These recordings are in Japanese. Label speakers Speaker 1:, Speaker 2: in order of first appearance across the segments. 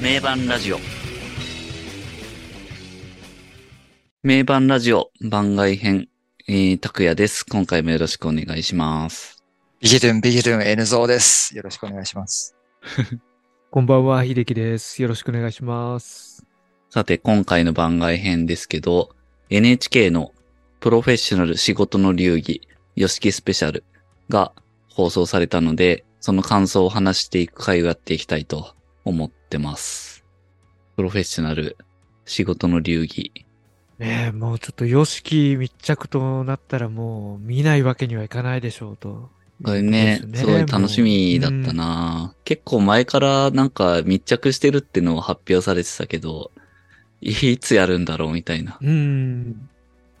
Speaker 1: 名盤ラジオ。名盤ラジオ番外編、えー、拓也です。今回もよろしくお願いします。
Speaker 2: ビギルン、ビギルン、N ゾーです。よろしくお願いします。
Speaker 3: こんばんは、秀樹です。よろしくお願いします。
Speaker 1: さて、今回の番外編ですけど、NHK のプロフェッショナル仕事の流儀、ヨシキスペシャルが放送されたので、その感想を話していく回をやっていきたいと思ってます。プロフェッショナル仕事の流儀。
Speaker 3: ねえ、もうちょっと、ヨシキ密着となったらもう見ないわけにはいかないでしょうと。
Speaker 1: これね、
Speaker 3: そうです
Speaker 1: ごい楽しみだった。な、結構前からなんか密着してるってのを発表されてたけど、いつやるんだろうみたいな
Speaker 3: もううん。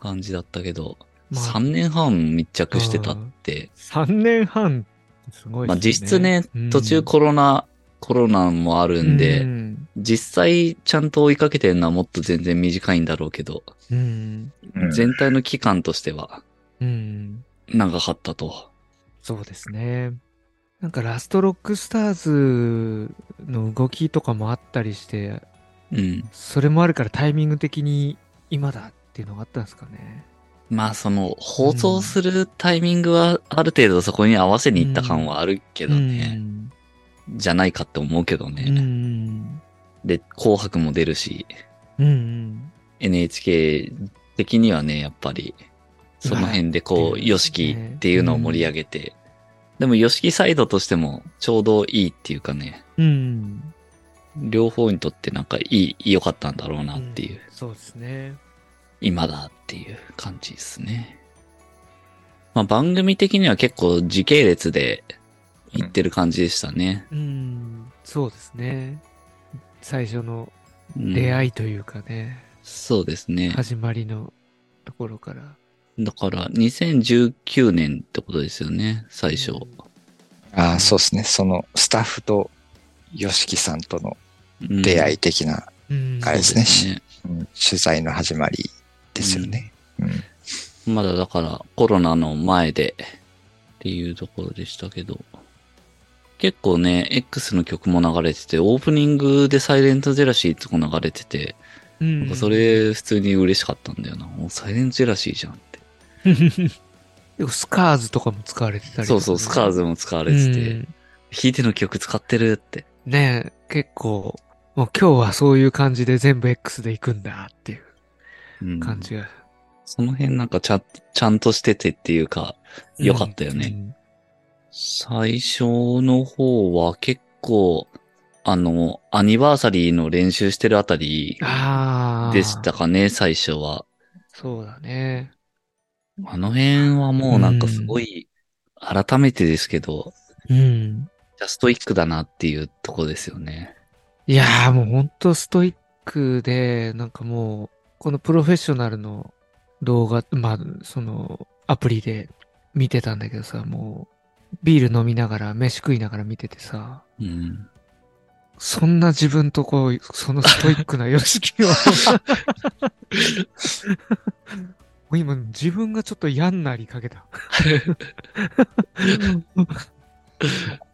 Speaker 1: 感じだったけど、
Speaker 3: まあ
Speaker 1: 3年半密着してたって、
Speaker 3: 3年半、すごい
Speaker 1: まあ
Speaker 3: ですね
Speaker 1: 実質ね、途中コロナ、コロナもあるんで、
Speaker 3: うん。
Speaker 1: 実際ちゃんと追いかけてるのはもっと全然短いんだろうけど、
Speaker 3: うん。
Speaker 1: 全体の期間としては
Speaker 3: うん。
Speaker 1: 長かったと。
Speaker 3: そうですね。なんか、ラストロックスターズの動きとかもあったりして、
Speaker 1: うん。
Speaker 3: それもあるからタイミング的に今だっていうのがあったんですかね。
Speaker 1: まあその放送するタイミングはある程度そこに合わせに行った感はあるけど
Speaker 3: う
Speaker 1: ね、
Speaker 3: ん
Speaker 1: じゃないかって思うけど
Speaker 3: う
Speaker 1: ね。
Speaker 3: ん
Speaker 1: で、紅白も出るし、
Speaker 3: うんうん。
Speaker 1: NHK 的にはね、やっぱり、その辺でこう、
Speaker 3: いや
Speaker 1: ヨシキっていうのを盛り上げて、でもヨシキサイドとしてもちょうどいいっていうかね、
Speaker 3: うん。
Speaker 1: 両方にとってなんかいい、良かったんだろうなっていう、
Speaker 3: んそうですね。
Speaker 1: 今だっていう感じですね。まあ番組的には結構時系列で行ってる感じでしたね。
Speaker 3: うん。そうですね。最初の
Speaker 1: うん
Speaker 3: 出会いというかね、
Speaker 1: そうですね。
Speaker 3: 始まりのところから。
Speaker 1: だから2019年ってことですよね、最初。
Speaker 2: ああ、そうですね。そのスタッフと YOSHIKI さんとの
Speaker 1: うん
Speaker 2: 出会い的な、
Speaker 3: うん。
Speaker 2: あれですね
Speaker 1: そう
Speaker 2: うん取材の始まりですよね。うん
Speaker 1: まだだからコロナの前でっていうところでしたけど、結構ね、X の曲も流れてて、オープニングでサイレントジェラシーとか流れてて、
Speaker 3: う
Speaker 1: なん
Speaker 3: ん。
Speaker 1: かそ。れ普通に嬉しかったんだよな。もうサイレントジェラシーじゃんって。
Speaker 3: でもスカーズとかも使われてたりとかね
Speaker 1: そうそう、スカーズも使われてて、
Speaker 3: うん
Speaker 1: 弾いての曲使ってるって。
Speaker 3: ねえ結構、もう今日はそういう感じで全部 X で行くんだっていう
Speaker 1: うん
Speaker 3: 感じが。
Speaker 1: その辺なんかちゃんちゃんとしててっていうか、良かったよね。
Speaker 3: うん。
Speaker 1: 最初の方は結構、あの、アニバーサリーの練習してるあたり
Speaker 3: ああ。
Speaker 1: でした。かね、最初は。
Speaker 3: そうだね。
Speaker 1: あの辺はもうなんかすごい、改めてですけど、
Speaker 3: うん。
Speaker 1: ジャストイックだなっていうとこですよね。
Speaker 3: いやーもうほんとストイックで、なんかもう、このプロフェッショナルの動画、まあ、そのアプリで見てたんだけどさ、もう、ビール飲みながら、飯食いながら見ててさ、
Speaker 1: うん。
Speaker 3: そんな自分とこう、そのストイックな様式を。もう今、自分がちょっと嫌になりかけた。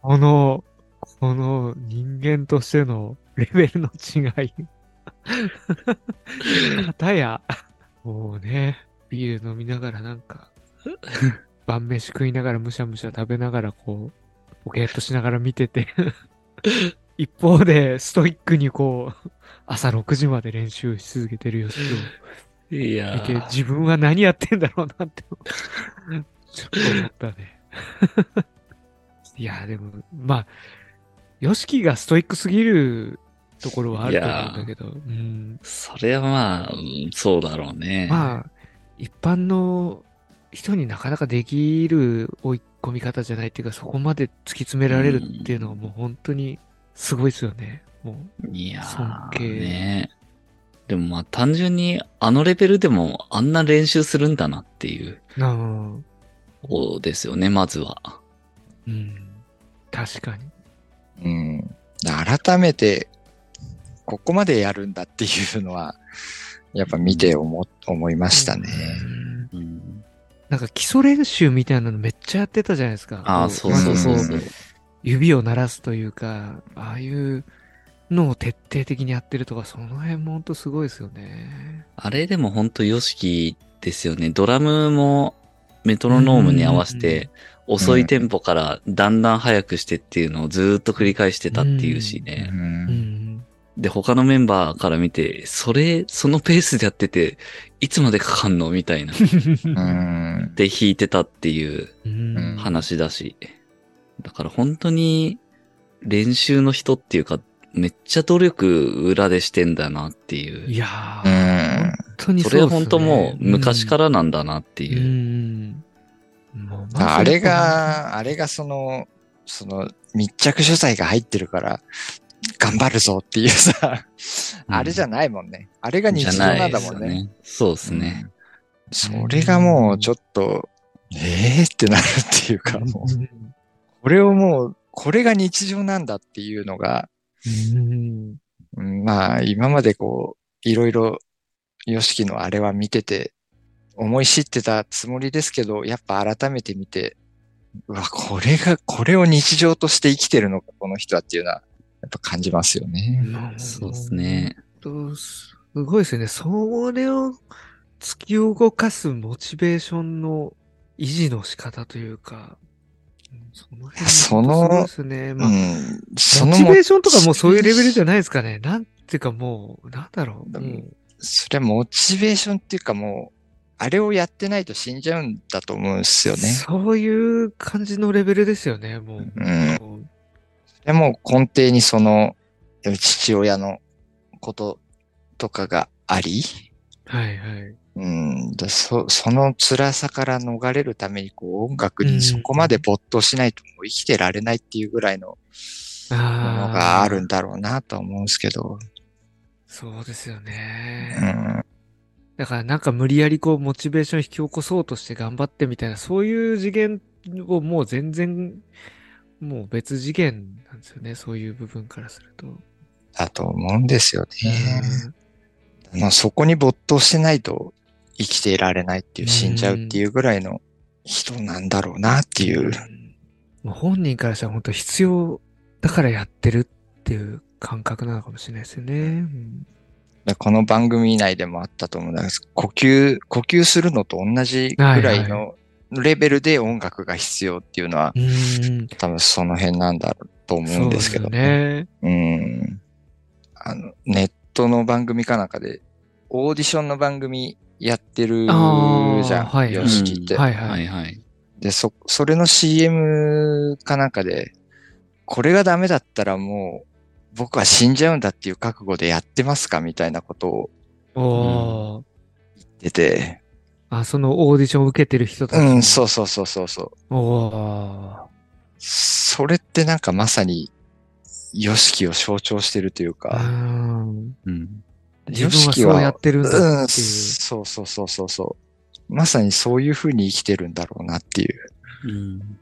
Speaker 3: この、この人間としてのレベルの違い。かたや、もうね、ビール飲みながらなんか、晩飯食いながらむしゃむしゃ食べながらこう、ポケットしながら見てて、一方でストイックにこう、朝6時まで練習し続けてるよ
Speaker 1: いや
Speaker 3: 見て、自分は何やってんだろうなって、ちょっと思ったね。いや、でも、まあ、ヨシキがストイックすぎるところはあると思うんだけど、うん、
Speaker 1: それはまあ、うんそうだろうね。
Speaker 3: まあ、一般の人になかなかできる追い込み方じゃないっていうか、そこまで突き詰められるっていうのはもう本当にすごいですよね。もう、
Speaker 1: いや
Speaker 3: 尊
Speaker 1: ー、
Speaker 3: 敬
Speaker 1: ね。でもまあ単純にあのレベルでもあんな練習するんだなっていう
Speaker 3: あの
Speaker 1: 方ですよね、まずは。
Speaker 3: うん、確かに。
Speaker 2: うん改めて、ここまでやるんだっていうのは、やっぱ見て思思いましたね。
Speaker 3: うん
Speaker 1: うん、
Speaker 3: なんか基礎練習みたいなのめっちゃやってたじゃないですか。
Speaker 1: あ
Speaker 3: こ
Speaker 1: あ、そうそうそうそう
Speaker 3: なんかこ。指を鳴らすというか、ああいうのを徹底的にやってるとか、その辺もほんとすごいですよね。
Speaker 1: あれでもほんとヨシキですよね。ドラムもメトロノームに合わせて、遅いテンポからだんだん速くしてっていうのをずーっと繰り返してたっていうし
Speaker 2: う。
Speaker 1: ね。
Speaker 3: うんん。
Speaker 1: で、他のメンバーから見て、それ、そのペースでやってて、いつまでかかんのみたいな。
Speaker 2: うん。
Speaker 1: で、弾いてたっていう
Speaker 3: うん
Speaker 1: 話だし。だから本当に練習の人っていうか、めっちゃ努力裏でしてんだなっていう。
Speaker 3: いや
Speaker 2: うん。
Speaker 3: ー、本当に
Speaker 1: そ
Speaker 3: そう
Speaker 1: れ
Speaker 3: です
Speaker 1: は
Speaker 3: ね。
Speaker 1: 本当もう昔からなんだなって
Speaker 3: う
Speaker 1: いう。
Speaker 3: ん。うん。もうま
Speaker 2: ああれ、が、あれがその、その密着取材が入ってるから、頑張るぞっていうさ、
Speaker 1: うん
Speaker 2: あれじゃないもんね。あれが日
Speaker 1: じゃ
Speaker 2: 常
Speaker 1: な
Speaker 2: ない
Speaker 1: で
Speaker 2: んだ
Speaker 1: す
Speaker 2: も
Speaker 1: よ
Speaker 2: んね。
Speaker 1: ね。そうですね。
Speaker 2: それがもうちょっと、えーってなるっていうか、も う、
Speaker 3: う
Speaker 2: これをもう、これが日常なんだっていうのが、
Speaker 3: ん。
Speaker 2: うんまあ、今までこう、いろいろ、ヨシキのあれは見てて、思い知ってたつもりですけど、やっぱ改めて見て、うわ、これが、これを日常として生きてるのか、この人はっていうのは、やっぱ感じますよね。
Speaker 1: そうです。ね。
Speaker 3: と、すごいですよね。それを突き動かすモチベーションの維持の仕方というか、うんその辺
Speaker 2: そ
Speaker 3: 本
Speaker 2: の
Speaker 3: 当すごいですね。まあ、
Speaker 2: うん。その
Speaker 3: モチ
Speaker 2: も
Speaker 3: ベー、ションとかもうそういうレベルじゃないですかね。なんていうかもう、なんだろう。
Speaker 2: うん
Speaker 3: も
Speaker 2: それはモチベーションっていうかもう、あれをやってないと死んじゃうんだと思うんですよ
Speaker 3: う
Speaker 2: ね。
Speaker 3: そういう感じのレベルですよね、もう。
Speaker 2: うん。
Speaker 3: こう
Speaker 2: でも根底にその、父親のこととかがあり、
Speaker 3: はいはい。
Speaker 2: うん、だそその辛さから逃れるためにこう音楽にそこまで没頭しないともう生きてられないっていうぐらいのもの
Speaker 3: ああ。
Speaker 2: があるんだろうなとは思うんですけど、
Speaker 3: そうですよ
Speaker 2: う
Speaker 3: ね。
Speaker 2: ん、
Speaker 3: だからなんか無理やりこうモチベーション引き起こそうとして頑張ってみたいな、そういう次元をもう全然、もう別次元なんですよね、そういう部分からすると。
Speaker 2: だと思うんですよね。まあ、そこに没頭してないと生きていられないっていう、死んじゃうっていうぐらいの人なんだろうなっていう。
Speaker 3: んもう本人からしたら本当必要だからやってるっていう感覚なのかもしれないですよね。うん
Speaker 2: だこの番組内でもあったと思うんです呼吸、呼吸するのと同じぐらいのレベルで音楽が必要っていうのは、
Speaker 3: うん。
Speaker 2: 多分その辺なんだろうと思
Speaker 3: そ
Speaker 2: うん
Speaker 3: う
Speaker 2: で
Speaker 3: ですす
Speaker 2: け
Speaker 3: よ
Speaker 2: ど
Speaker 3: ね。
Speaker 2: うん。あの、ネットの番組かなんかで、オーディションの番組やってるじ
Speaker 3: あー
Speaker 2: ゃ
Speaker 3: は
Speaker 2: ん、
Speaker 3: い
Speaker 2: よしきって。
Speaker 3: はい
Speaker 1: は
Speaker 3: はいい。
Speaker 1: はい。
Speaker 2: で、そ、それの CM かなんかで、これがダメだったらもう、僕は死んじゃうんだっていう覚悟でやってますかみたいなことを
Speaker 3: おー
Speaker 2: 言ってて、
Speaker 3: あ、そのオーディションを受けてる人たち
Speaker 2: う
Speaker 3: も。
Speaker 2: ん、そうそうそうそうそう。
Speaker 3: おー
Speaker 2: それってなんかまさに、ヨシキを象徴してるという
Speaker 3: う
Speaker 2: か、
Speaker 3: ん。
Speaker 1: うん。
Speaker 3: 自分はそうやってるんだ
Speaker 2: うん、
Speaker 3: っていう。
Speaker 2: そうそうそうそうそう。まさにそういう風に生きてるんだろうなっていう。
Speaker 1: うん。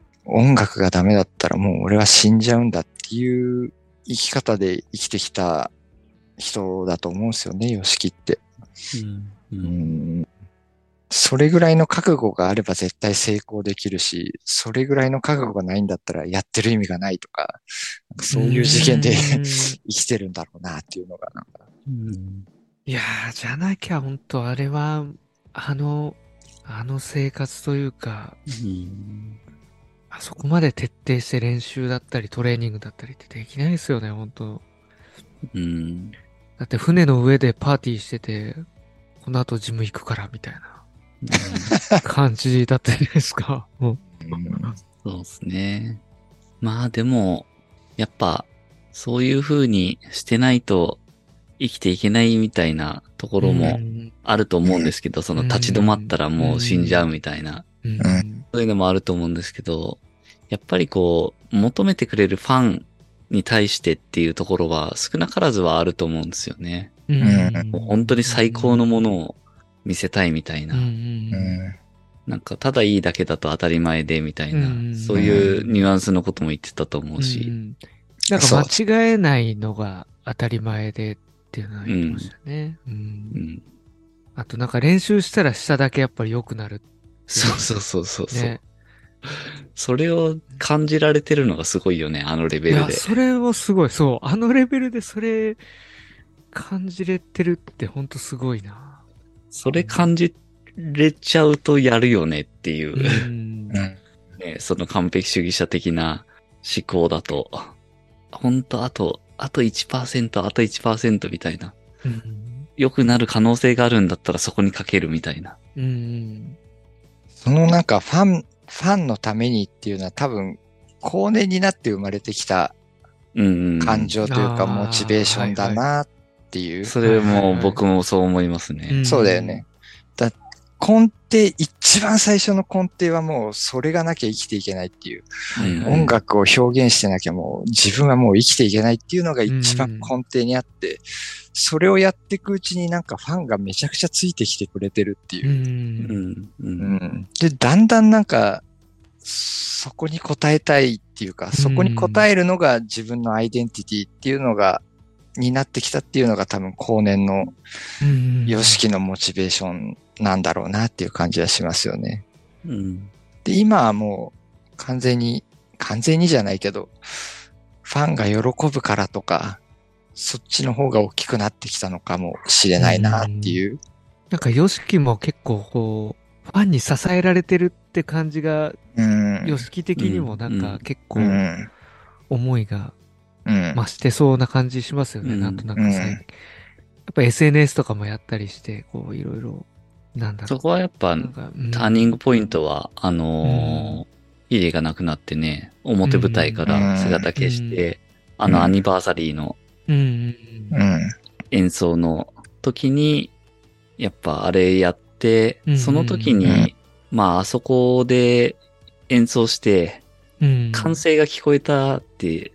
Speaker 2: 音楽がダメだったらもう俺は死んじゃうんだっていう生き方で生きてきた人だと思うんですよね、ヨシキって。
Speaker 1: う。
Speaker 2: うんん。それぐらいの覚悟があれば絶対成功できるし、それぐらいの覚悟がないんだったらやってる意味がないとか、なんかそういう事件で
Speaker 3: う ん
Speaker 2: 生きてるんだろうなっていうのがなんか。
Speaker 1: うん
Speaker 3: いやー、じゃなきゃ本当あれは、あの、あの生活というか、
Speaker 1: うん
Speaker 3: あそこまで徹底して練習だったりトレーニングだったりってできないですよね、本当
Speaker 1: うん。
Speaker 3: だって船の上でパーティーしてて、この後ジム行くからみたいな感じだったじゃないですか。も
Speaker 1: そうですね。まあでも、やっぱ、そういう風にしてないと生きていけないみたいなとこ
Speaker 3: う
Speaker 1: ろも
Speaker 3: うん
Speaker 1: あると思うんですけど、その立ち止まったらもう死んじゃうみたいな、
Speaker 3: うん
Speaker 1: そういうのもあると思うんですけど、やっぱりこう、求めてくれるファンに対してっていうところは少なからずはあると思うんですよね。
Speaker 3: うん
Speaker 1: もう本当に最高のものを見せたいみたいな。
Speaker 3: うん
Speaker 1: なんか、ただいいだけだと当たり前でみたいな、
Speaker 3: うん
Speaker 1: そういうニュアンスのことも言ってたと思うし、
Speaker 3: んんなんか間違えないのが当たり前でっていうのは言ってましたね。うん
Speaker 1: うん
Speaker 3: あとなんか練習したらしただけやっぱり良くなる、
Speaker 1: そうそうそうそうそう、
Speaker 3: ね。
Speaker 1: それを感じられてるのがすごいよね、あのレベ
Speaker 3: い
Speaker 1: ル
Speaker 3: や、
Speaker 1: で。
Speaker 3: それもすごい。そう。あのレベルでそれ感じれてるってほんとすごいな。
Speaker 1: それ感じれちゃうとやるよねっていうう、
Speaker 3: ん。
Speaker 2: うん。
Speaker 1: ね、その完璧主義者的な思考だと、ほんとあと、あと1%、あと1%みたいな。
Speaker 3: うん。
Speaker 1: 良くなる可能性があるんだったらそこにかけるみたいな。
Speaker 3: うん。
Speaker 2: そのなんかファン、ファンのためにっていうのは多分、後年になって生まれてきた
Speaker 1: うん、うん。
Speaker 2: 感情というか、
Speaker 3: うん
Speaker 2: モチベーションだなっていう。
Speaker 1: それも僕もそう思いますね。
Speaker 3: うん
Speaker 2: そうだよね。だ根底、一番最初の根底はもうそれがなきゃ生きていけないっていう。
Speaker 1: うん
Speaker 2: 音楽を表現してなきゃもう自分はもう生きていけないっていうのが一
Speaker 3: うん。
Speaker 2: 番根底にあって、それをやっていくうちになんかファンがめちゃくちゃついてきてくれてるっていうう。
Speaker 1: うんん。う。
Speaker 2: うんんで、だんだんなんか、そこに応えたいっていうか、そこに応えるのが自分のアイデンティティっていうのが、になってきたっていうのが多分後年の
Speaker 3: うん。
Speaker 2: 様式のモチベーションなんだろうなっていう感じはしますよね。
Speaker 1: うん。
Speaker 2: で、今はもう完全に、完全にじゃないけど、ファンが喜ぶからとか、そっちの方が大きくなってきたのかもしれないなっていう。
Speaker 3: なんか、ヨシキも結構こう、ファンに支えられてるって感じが、
Speaker 2: うん。
Speaker 3: ヨシキ的にもなん
Speaker 1: うん
Speaker 3: か結構
Speaker 2: うん。
Speaker 3: 思いが
Speaker 2: うん。
Speaker 3: 増してそうな感じしますよね、
Speaker 1: うん
Speaker 3: なんとなく最近。
Speaker 2: うん
Speaker 3: やっぱ SNS とかもやったりして、こういろいろ、なんだろ。
Speaker 1: そうこはやっぱ、
Speaker 3: なんかうん
Speaker 1: ターニングポイントは、あのー、ヒデがなくなってね、表舞台から姿消して、あ
Speaker 2: うん
Speaker 1: のアニバーサリーの
Speaker 3: うんうんうん。
Speaker 2: うん。
Speaker 1: 演奏の時に、やっぱあれやって
Speaker 3: う、ん
Speaker 1: その時
Speaker 2: うん
Speaker 1: に、まああそこで演奏して、
Speaker 3: うん
Speaker 1: 歓声が聞こえたって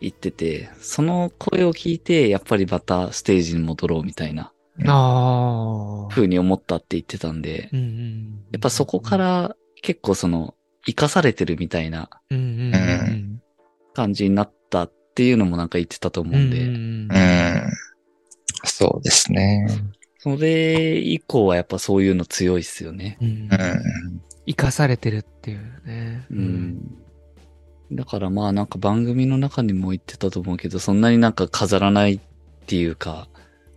Speaker 1: 言ってて、その声を聞いて、やっぱりまたステージに戻ろうみたいな
Speaker 3: ああ。
Speaker 1: 風に思ったって言ってたんで、
Speaker 3: うんうん
Speaker 1: やっぱそこか、ら結構その、生かされてるみたいな
Speaker 3: うんうんうん
Speaker 1: 感じになったっていうのもなんか言ってたと思
Speaker 3: う
Speaker 1: うん
Speaker 3: ん
Speaker 1: で、
Speaker 3: うん
Speaker 2: う。ん。そうですね。
Speaker 1: それ以降はやっぱそういうの強いっすよね。
Speaker 3: うん
Speaker 2: うん。
Speaker 3: 生かされてるっていうね。
Speaker 1: うん。。だからまあなんか番組の中にも言ってたと思うけど、そんなになんか飾らないっていうか、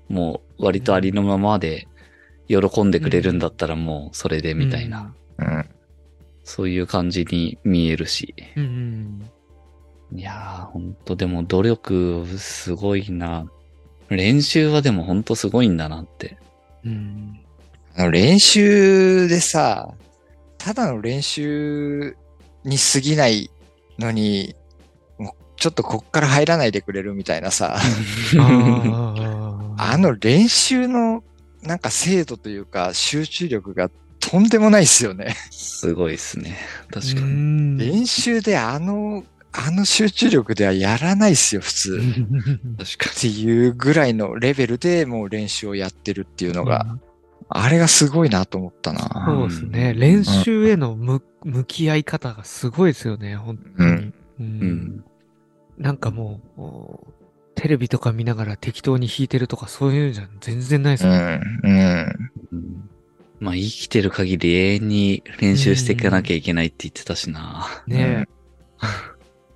Speaker 1: もう割とありのままで喜んでくれるんだったらもうそれでみたいな、
Speaker 2: うん。
Speaker 1: そういう感じに見えるし。
Speaker 3: うんうん。
Speaker 1: いやー、ほんとでも努力すごいな。練習はでもほんとすごいんだなって。
Speaker 3: うん。
Speaker 2: あの練習でさ、ただの練習に過ぎないのに、もうちょっとこっから入らないでくれるみたいなさ。
Speaker 3: ああ。
Speaker 2: あの練習のなんか精度というか集中力がとんでもないですよね。
Speaker 1: すごいっすね。確か
Speaker 3: う
Speaker 1: に。
Speaker 3: ん
Speaker 2: 練習であの、あの集中力ではやらないですよ、普通。っ
Speaker 1: 確か
Speaker 2: ていうぐらいのレベルでもう練習をやってるっていうのが、あれがすごいなと思ったな。
Speaker 3: そうですね。練習へのむ向き合い方がすごいですよね、本当に。う
Speaker 1: に。うんん。
Speaker 3: なんかもう、おテレビとか見ながら適当に弾いてるとかそういうんじゃ全然ないです
Speaker 2: う
Speaker 3: よね。
Speaker 2: ん、うん、
Speaker 1: うんまあ生きてる限り永遠に練習していかなきゃいけないって言ってたしな。
Speaker 3: ね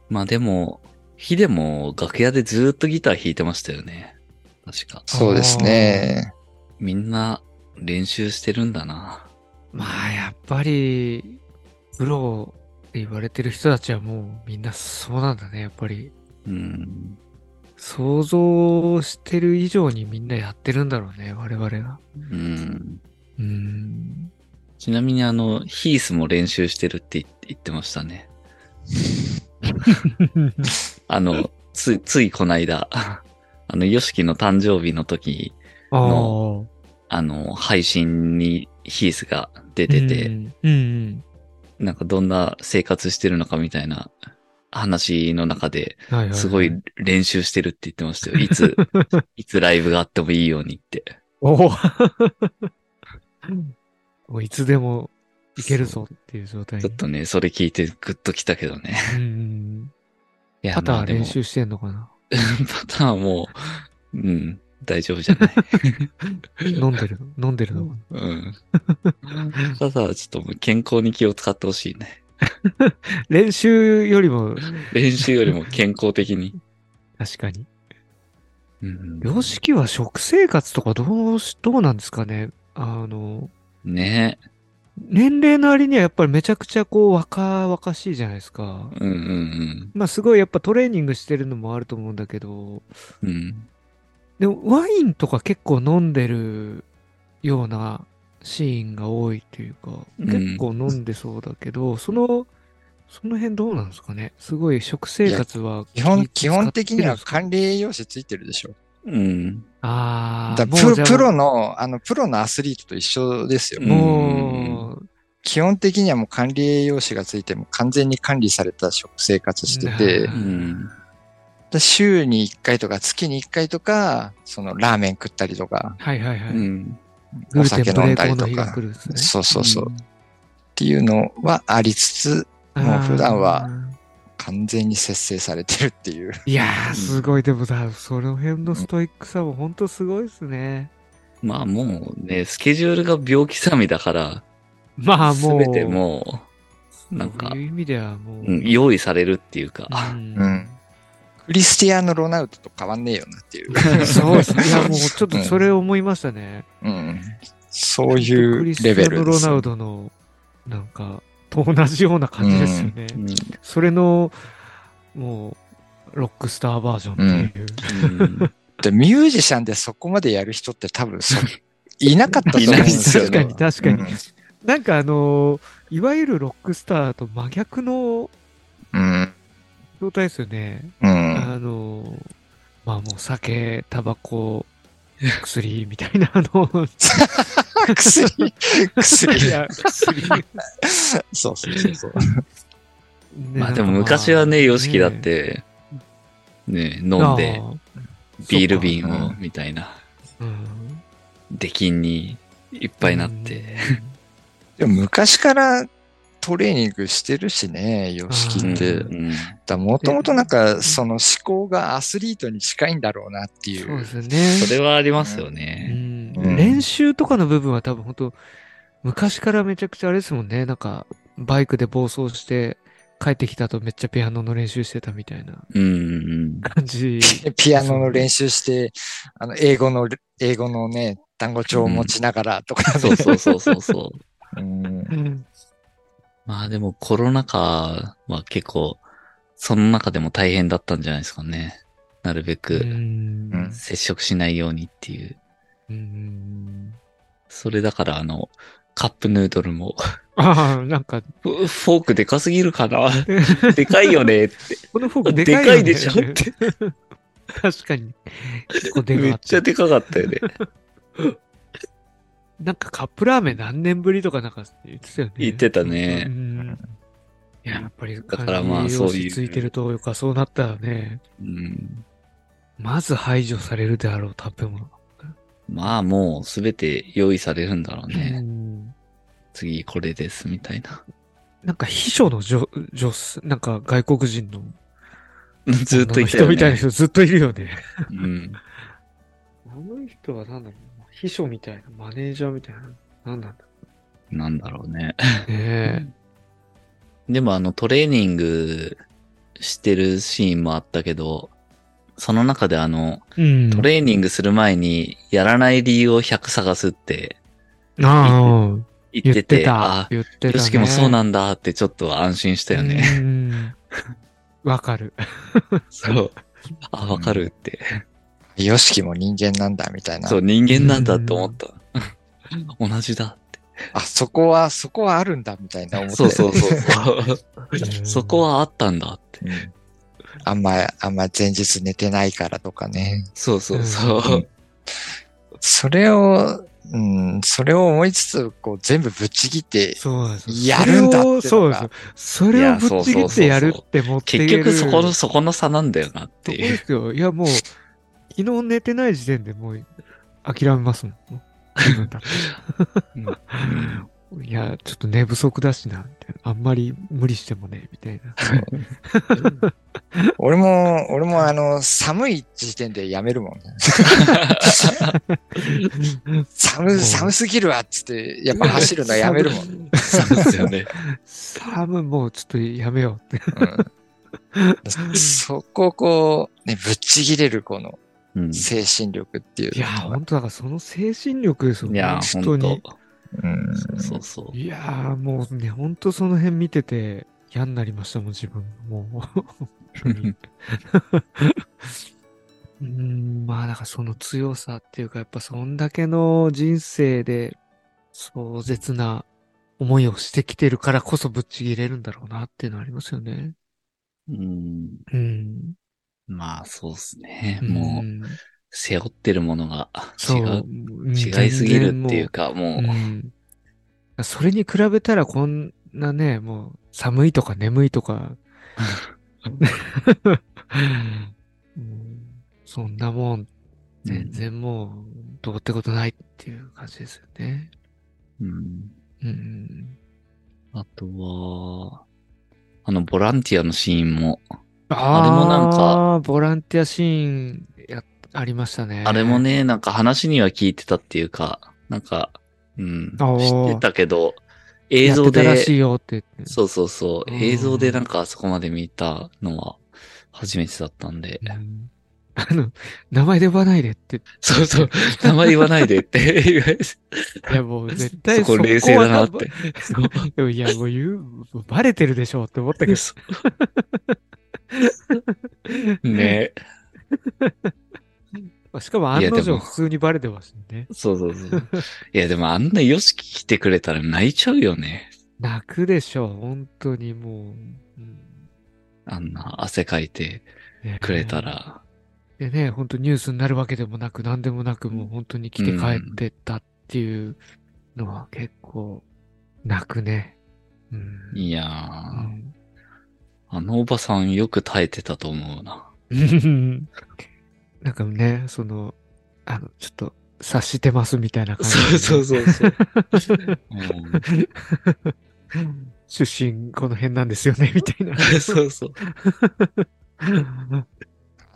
Speaker 1: まあでも、ヒデも楽屋でずーっとギター弾いてましたよね。確か。
Speaker 2: そうですね。
Speaker 1: みんな練習してるんだな。
Speaker 3: まあやっぱり、プロって言われてる人たちはもうみんなそうなんだね、やっぱり。
Speaker 1: うん。
Speaker 3: 想像してる以上にみんなやってるんだろうね、我々が。
Speaker 1: うん。
Speaker 3: うん。
Speaker 1: ちなみにあの、ヒースも練習してるって言言ってましたね。あの、つい、ついこの間、あの、ヨシキの誕生日の時、
Speaker 3: あ
Speaker 1: のあの、配信にヒースが出て
Speaker 3: う
Speaker 1: て、
Speaker 3: んうん。
Speaker 1: なんかどんな生活してるのかみたいな話の中で、
Speaker 3: うんははは
Speaker 1: すごい練習してるって言ってま したよ。いつ、いつライブがあってもいいようにって。
Speaker 3: おおもういつでもいけるぞっていう状態
Speaker 1: ちょっとね、それ聞いてグッときたけど ね。
Speaker 3: うんうん。
Speaker 1: いや
Speaker 3: パター
Speaker 1: まあ
Speaker 3: は
Speaker 1: でも
Speaker 3: 練習してんのかな
Speaker 1: パターンはもう、うん、大丈夫じゃない。
Speaker 3: 飲んでるの飲んでるのかな
Speaker 1: うん。ただ、ちょっともう健康に気を使ってほしいね。
Speaker 3: 練習よりも、
Speaker 1: 練習よりも健康的 に。
Speaker 3: 確かに。
Speaker 1: うん
Speaker 3: 様式は食生活とかどうし、どうなんですかねあの、
Speaker 1: ねえ。
Speaker 3: 年齢の割にはやっぱりめちゃくちゃこう若々しいじゃないですか。
Speaker 1: うんうん
Speaker 3: まあすごいやっぱトレーニングしてるのもあると思うんだけど、
Speaker 1: うん。うん。
Speaker 3: でもワインとか結構飲んでるようなシーンが多いというか、
Speaker 1: うん
Speaker 3: 結構飲んでそうだけど、その、その辺どうなんですかねすごい食生活は
Speaker 2: 基本、基本的には
Speaker 3: 使ってるんですか
Speaker 2: 管理栄養士ついてるでしょ。
Speaker 1: うん。
Speaker 3: ああ、
Speaker 2: だから
Speaker 3: も
Speaker 2: プ
Speaker 3: うじ
Speaker 2: ロ
Speaker 3: ゃあ
Speaker 2: プロの、あの、プロのアスリートと一緒ですよ。
Speaker 1: うん
Speaker 3: もう、
Speaker 2: 基本的にはもう管理栄養士がついて、もう完全に管理された食生活してて、
Speaker 1: う
Speaker 3: な
Speaker 1: ん。
Speaker 2: で週に1回とか月に1回とか、そのラーメン食ったりとか、
Speaker 3: はいはいはい。
Speaker 1: うん。
Speaker 3: グルテン
Speaker 2: お酒
Speaker 3: ブ
Speaker 2: 飲
Speaker 3: レ
Speaker 2: ん
Speaker 3: イ
Speaker 2: だり
Speaker 3: ク
Speaker 2: と
Speaker 3: の
Speaker 2: か
Speaker 3: 日が来るんですね。
Speaker 2: そうそうそう、っていうのはありつつ、
Speaker 3: うん
Speaker 2: もう普段は。
Speaker 3: あー
Speaker 2: 完全に節制されてるっていう。
Speaker 3: いやー、すごい。でもだ、その辺のストイックさも本当すごいですね。
Speaker 1: まあもうね、スケジュールが秒刻みだから、
Speaker 3: まあ
Speaker 1: す
Speaker 3: もう。
Speaker 1: べてもう、なんか
Speaker 3: そうい、う意味ではもう。
Speaker 1: うん用意されるっていうか、
Speaker 2: う。
Speaker 3: うん
Speaker 2: クリスティアーノ・ロナウドと変わんねえよなっていう。
Speaker 3: ん、 そうですね。いや、もうちょっとそれ思いましたね。
Speaker 2: うん。そういうレベル
Speaker 3: ク
Speaker 2: で
Speaker 3: リス
Speaker 2: す
Speaker 3: ティアーノ・ロナウドの、なんか、と同じような感じですよね。
Speaker 1: うん
Speaker 3: それの、もう、ロックスターバージョンっていう。
Speaker 1: うん
Speaker 2: でミュージシャンでそこまでやる人って多分 そいなかったと思うん
Speaker 1: いない
Speaker 2: で
Speaker 1: っ
Speaker 2: す
Speaker 1: す
Speaker 2: よ
Speaker 1: よ
Speaker 3: 確か
Speaker 1: ね
Speaker 2: ね
Speaker 3: に、。確かに。
Speaker 2: うん
Speaker 3: なんかあのーいわゆるロックスターと真逆の
Speaker 2: うん。
Speaker 3: 状態ですよね。
Speaker 2: うん。
Speaker 3: あのーまあもう酒、タバコ、薬みたいな、あの、
Speaker 2: 薬、薬。
Speaker 3: いや薬 ね
Speaker 2: そうそうそうそう。
Speaker 1: まあでも昔はね、ヨシキだっ、て、ね、飲んで、ビール瓶
Speaker 2: そう
Speaker 1: を
Speaker 2: か、
Speaker 1: みたいな、
Speaker 3: いっ
Speaker 1: 出禁にいっぱいなって。。
Speaker 2: でも昔からトレーニングしてるしね、ヨシ
Speaker 1: う
Speaker 2: キ
Speaker 1: ん
Speaker 2: っ
Speaker 3: う
Speaker 2: て。
Speaker 1: うん
Speaker 2: もともとなん
Speaker 3: ん
Speaker 2: か、その思考がアスリートに近いんだろうなってい
Speaker 3: そう
Speaker 2: う
Speaker 3: で。すよね。
Speaker 1: それはありますよ
Speaker 3: う
Speaker 1: ね。
Speaker 3: ん
Speaker 2: うん
Speaker 3: 練習とかの部分は多分本当昔からめちゃくちゃあれですもんね。なんか、バイクで暴走して、帰ってきた後めっちゃピアノの練習してたみたいな
Speaker 1: うんうん
Speaker 3: 感じ。
Speaker 2: ピアノの練習して、あの、英語の、英語のね、単語帳を持ちながらとか、
Speaker 1: そうそうそうそうそう。
Speaker 2: うん
Speaker 3: うん
Speaker 1: まあでもコロナ禍は結構、その中でも大変だったんじゃないですかね。なるべ
Speaker 3: う
Speaker 1: く
Speaker 3: ん
Speaker 1: 接触しないようにっていう。
Speaker 3: うん
Speaker 1: それだからあの、カップヌードルも、
Speaker 3: ああ、なんか、
Speaker 1: フフォークでかすぎるか なでかいよねって。
Speaker 3: このフォークで
Speaker 1: で
Speaker 3: かい
Speaker 1: か
Speaker 3: よね
Speaker 1: いでしょって。
Speaker 3: 確かに。結構でか
Speaker 1: め
Speaker 3: か
Speaker 1: っ
Speaker 3: っ
Speaker 1: ちゃ
Speaker 3: た。
Speaker 1: でかかったよね。
Speaker 3: なんかカップラーメン何年ぶりとかなんか言ってたよね。
Speaker 1: 言ってたね
Speaker 3: うんいややっぱり、だ
Speaker 1: からまあそういう
Speaker 3: ついてるというか、そうなったらね、
Speaker 1: うん
Speaker 3: まず排除されるであろう食べ物。
Speaker 1: まあもうすべて用意されるんだろう
Speaker 3: う
Speaker 1: ね。
Speaker 3: ん
Speaker 1: 次これですみたいな。
Speaker 3: なんか秘書の女、女す、なんか外国人の、
Speaker 1: ずっと言ってた
Speaker 3: 人
Speaker 1: よね。
Speaker 3: みたいな人ずっといるよね。
Speaker 1: うん。
Speaker 3: あの人は何だろうな秘書みたいな、マネージャーみたいな、何なんだろ
Speaker 1: なんだろうね。
Speaker 3: うね
Speaker 1: でもあのトレーニングしてるシーンもあったけど、その中であの、
Speaker 3: え。うん
Speaker 1: トレーニングする前にやらない理由を100探すって
Speaker 3: ああ、
Speaker 1: 言
Speaker 3: 言
Speaker 1: っ
Speaker 3: ってて
Speaker 1: て、
Speaker 3: た
Speaker 1: あ。、
Speaker 3: 言ってた、ね。
Speaker 1: よしきもそうんなんだってちょっと安心したよね。
Speaker 3: ね。わかる。
Speaker 1: そう。あ、わかるって。
Speaker 2: ヨシキも人間なんだみたいな。
Speaker 1: そう、人間なんだって思った。 同じだって。
Speaker 2: あ、そこは、そこはあるんだみたいな思って。
Speaker 1: そうそうそう
Speaker 3: う
Speaker 1: そ
Speaker 3: ん
Speaker 1: う。そこはあったんだって。
Speaker 2: うんあんま、あんま前日寝てないからとかね。
Speaker 1: そうそうそう。
Speaker 2: それを、うん、それを思いつつ、こう全部ぶっちぎって、
Speaker 3: そうなんですよ
Speaker 2: やるんだっての
Speaker 3: それをそうで
Speaker 2: が
Speaker 3: すよ。それをぶっちぎってやるって持ってい
Speaker 1: 結
Speaker 3: ける
Speaker 1: 局そこの、そこの差なんだよなっ
Speaker 3: そ
Speaker 1: て
Speaker 3: こ
Speaker 1: い
Speaker 3: で
Speaker 1: う。
Speaker 3: すよ。いや、もう、昨日寝てない時点でもう、諦めますもん。自分だって
Speaker 1: うん
Speaker 3: いや、ちょっと寝不足だしな、みたいな。あんまり無理してもね、みたいな。
Speaker 2: 俺も、俺もあの、寒い時点でやめるもんね。寒、寒すぎるわっつって、やっぱ走るのやめるもん。うん
Speaker 3: ん。
Speaker 1: そうですよね。
Speaker 3: 寒もうちょっとやめようって。
Speaker 2: そこをこう、ね、ぶっちぎれるこの
Speaker 1: うん。
Speaker 2: 精神力っていう
Speaker 3: いや、
Speaker 2: のは
Speaker 3: 本当だからその精神力ですよ。
Speaker 1: いやー、
Speaker 3: 本当に
Speaker 1: 本。
Speaker 2: うん
Speaker 1: 当そうそう。
Speaker 3: いやー、もうね、ほんとその辺見てて嫌になりましたもん、自分。もう。 うーん、まあ、だからその強さっていうか、やっぱそんだけの人生で壮絶な思いをしてきてるからこそぶっちぎれるんだろうなっていうのはありますよね。
Speaker 1: うん。
Speaker 3: うん。
Speaker 1: まあ、そうですね。もう、
Speaker 3: ん
Speaker 1: 背負ってるものが違う。
Speaker 3: う
Speaker 1: 違いすぎるっていうか、もう、
Speaker 3: うん、それに比べたらこんなね、もう寒いとか眠いとか、うんそんなもん、全然もうどうってことないっていう感じですよね。
Speaker 1: うん
Speaker 3: うん、
Speaker 1: あとは、あの、ボランティアのシーンも、
Speaker 3: あ
Speaker 1: あれもなんか
Speaker 3: ー、ボランティアシーンやありましたね。
Speaker 1: あれもね、なんか話には聞いてたっていうか、なんか、うん、知
Speaker 3: おー
Speaker 1: ってたけど、映
Speaker 3: やっ
Speaker 1: 像
Speaker 3: てたら
Speaker 1: で、
Speaker 3: しいよって言って。
Speaker 1: そうそうそう、
Speaker 3: うん
Speaker 1: 映像でなんかあそこまで見たのは初めてだったんで、
Speaker 3: うんあの、名前で呼ばないでって。
Speaker 1: そうそう、名前言わないでって言われて、
Speaker 3: いや、もう絶対
Speaker 1: そこ冷静だなって。
Speaker 3: そう でもいや、もう言う、バレてるでしょうって思ったけど。
Speaker 1: ね
Speaker 3: まあしかも
Speaker 1: い
Speaker 3: 案
Speaker 1: や
Speaker 3: の
Speaker 1: で
Speaker 3: 定
Speaker 1: も
Speaker 3: 普通にバレてましたね。
Speaker 1: そうそうそう。いや、でもあんなヨシキ来てくれたら泣いちゃうよね。
Speaker 3: 泣くでしょう、本当にもう。うん
Speaker 1: あんな汗かいて
Speaker 3: ね
Speaker 1: くれた。ら。
Speaker 3: でね、本当ニュースになるわけでもなく、何でもなく、もう本当に来て帰ってったっていうのは結構、泣くね。うん。
Speaker 1: いや
Speaker 3: う
Speaker 1: ー、
Speaker 3: ん
Speaker 1: あのおばさんよく耐えてたと思うな。
Speaker 3: なんかね、その、あの、ちょっと、察してますみたいな感じでね、
Speaker 1: そうそう。うん
Speaker 3: 出身この辺なんですよね、みたいな。
Speaker 1: そうそう。
Speaker 2: あ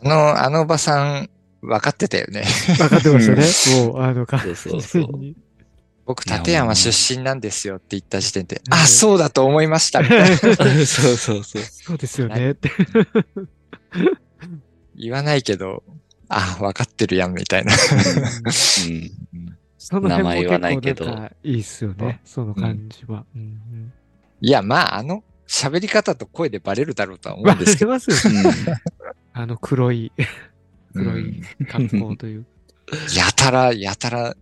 Speaker 2: の、あのおばさん、分かってたよね。
Speaker 3: 分かってましたね。もう、あの、完全に。
Speaker 1: そうそうそう
Speaker 2: 僕、
Speaker 1: いや
Speaker 2: 立山出身なんですよって言った時点で、
Speaker 3: うん
Speaker 2: あ、そうだと思いました、みたいな。
Speaker 1: そうそうそう。
Speaker 3: そうですよね。って。
Speaker 2: 言わないけど、あ、分かってるやん、みたいな。
Speaker 1: うん。
Speaker 3: その辺も
Speaker 1: 名前言わないけど
Speaker 3: 結構んかいいっすよね。その感じは。うん
Speaker 2: いや、まあ、あの、喋り方と声でバレるだろうとは
Speaker 3: うん。
Speaker 2: 思うんです けど。
Speaker 3: ますよね。あの黒い、黒
Speaker 2: うん
Speaker 3: い格好という。
Speaker 2: やたら、やたら、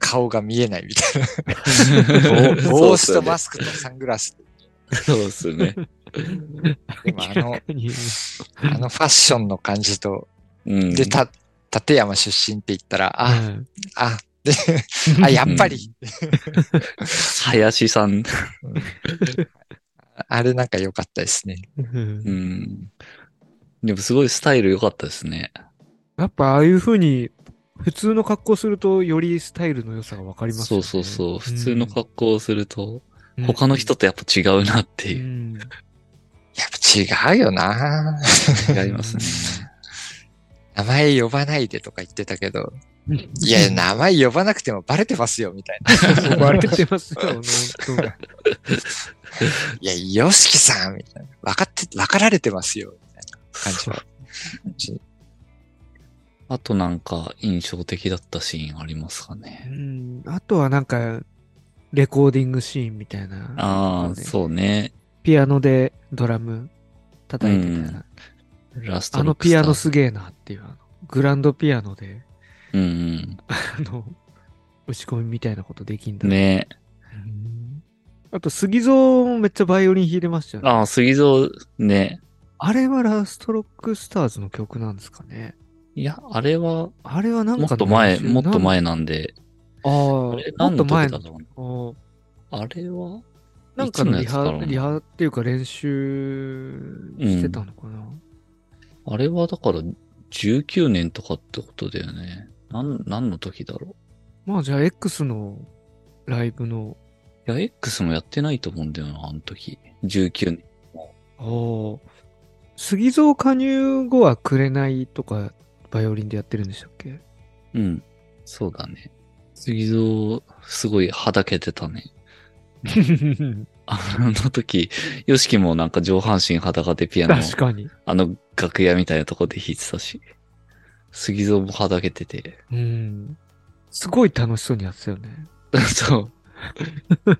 Speaker 2: 顔が見えないみたいな。帽帽子とマスクとサングラス。
Speaker 1: ク。そうっすね。
Speaker 2: でもあ の、
Speaker 3: 逆に
Speaker 2: あのファッションの感じと、
Speaker 1: うん。
Speaker 2: で、た、立山出身って言ったら、あ、
Speaker 3: うん
Speaker 2: あ、で、 あ、やっぱり、
Speaker 1: 林さん。
Speaker 2: あれなんか良かったですね。
Speaker 3: うん
Speaker 1: うん。でもすごいスタイル良かったですね。
Speaker 3: やっぱああいう風に、普通の格好すると、よりスタイルの良さが分かります
Speaker 1: そ
Speaker 3: よ
Speaker 1: う
Speaker 3: ね。
Speaker 1: そうそう。普通の格好をすると、
Speaker 3: うん
Speaker 1: 他の人とやっぱ違うなって
Speaker 3: う
Speaker 1: いう。
Speaker 3: ん
Speaker 2: やっぱ違うよな
Speaker 1: 違います ね。
Speaker 2: 名前呼ばないでとか言ってたけど、いや、名前呼ばなくてもバレてますよ、みたいな。
Speaker 3: 思われてますよ、本当に。
Speaker 2: いや、ヨシキさんみたいな。分かって、分かられてますよ、みたいな感じは。
Speaker 1: あとなんか印象的だったシーンありますか ね。
Speaker 3: うん、あとはなんか、レコーディングシーンみたいな。
Speaker 1: ああ、
Speaker 3: ね
Speaker 1: そうね。
Speaker 3: ピアノでドラム叩いてたら、
Speaker 1: ラスト
Speaker 3: あの
Speaker 1: ロックス
Speaker 3: ピ
Speaker 1: ター
Speaker 3: アノすげえなっていう、あのグランドピアノで、
Speaker 1: うん
Speaker 3: あの、打ち込みみたいなことできん
Speaker 1: う
Speaker 3: だ。
Speaker 1: ん。ね
Speaker 3: うんあと、杉蔵もめっちゃバイオリン弾いてましたよね。あ
Speaker 1: ああ、杉蔵ね。
Speaker 3: れはラストロックスターズの曲なんですかね。
Speaker 1: いや、あれは、
Speaker 3: あれはなんか
Speaker 1: もっ
Speaker 3: の
Speaker 1: と前、
Speaker 3: 練習
Speaker 1: もっと。前なんで。
Speaker 3: ああ、
Speaker 1: あれ、
Speaker 3: も
Speaker 1: 何
Speaker 3: っ
Speaker 1: の
Speaker 3: と
Speaker 1: 時
Speaker 3: 前
Speaker 1: だ
Speaker 3: の
Speaker 1: ろうな。
Speaker 3: おー
Speaker 1: あれは
Speaker 3: なんかの
Speaker 1: い
Speaker 3: リ
Speaker 1: つやつだろ
Speaker 3: ハ
Speaker 1: う、な
Speaker 3: リハっていうか練習してたのかな。
Speaker 1: あれはだから19年とかってことだよね。なん、何の時だろ
Speaker 3: まあじゃあ X のライブの
Speaker 1: や、X もやってないと思うんだよな、あの時。19年。
Speaker 3: おー杉蔵加入後は紅とかバイオリンでやってるんでしたっ け
Speaker 1: うん。そうだね。杉蔵、すごいはだけてたね。 あの時、ヨシキもなんか上半身裸でピアノを、
Speaker 3: 確かに。
Speaker 1: あの楽屋みたいなとこで弾いてたし。杉蔵もはだけてて。
Speaker 3: うん。すごい楽しそうにやってたよね。
Speaker 1: そう。
Speaker 2: なん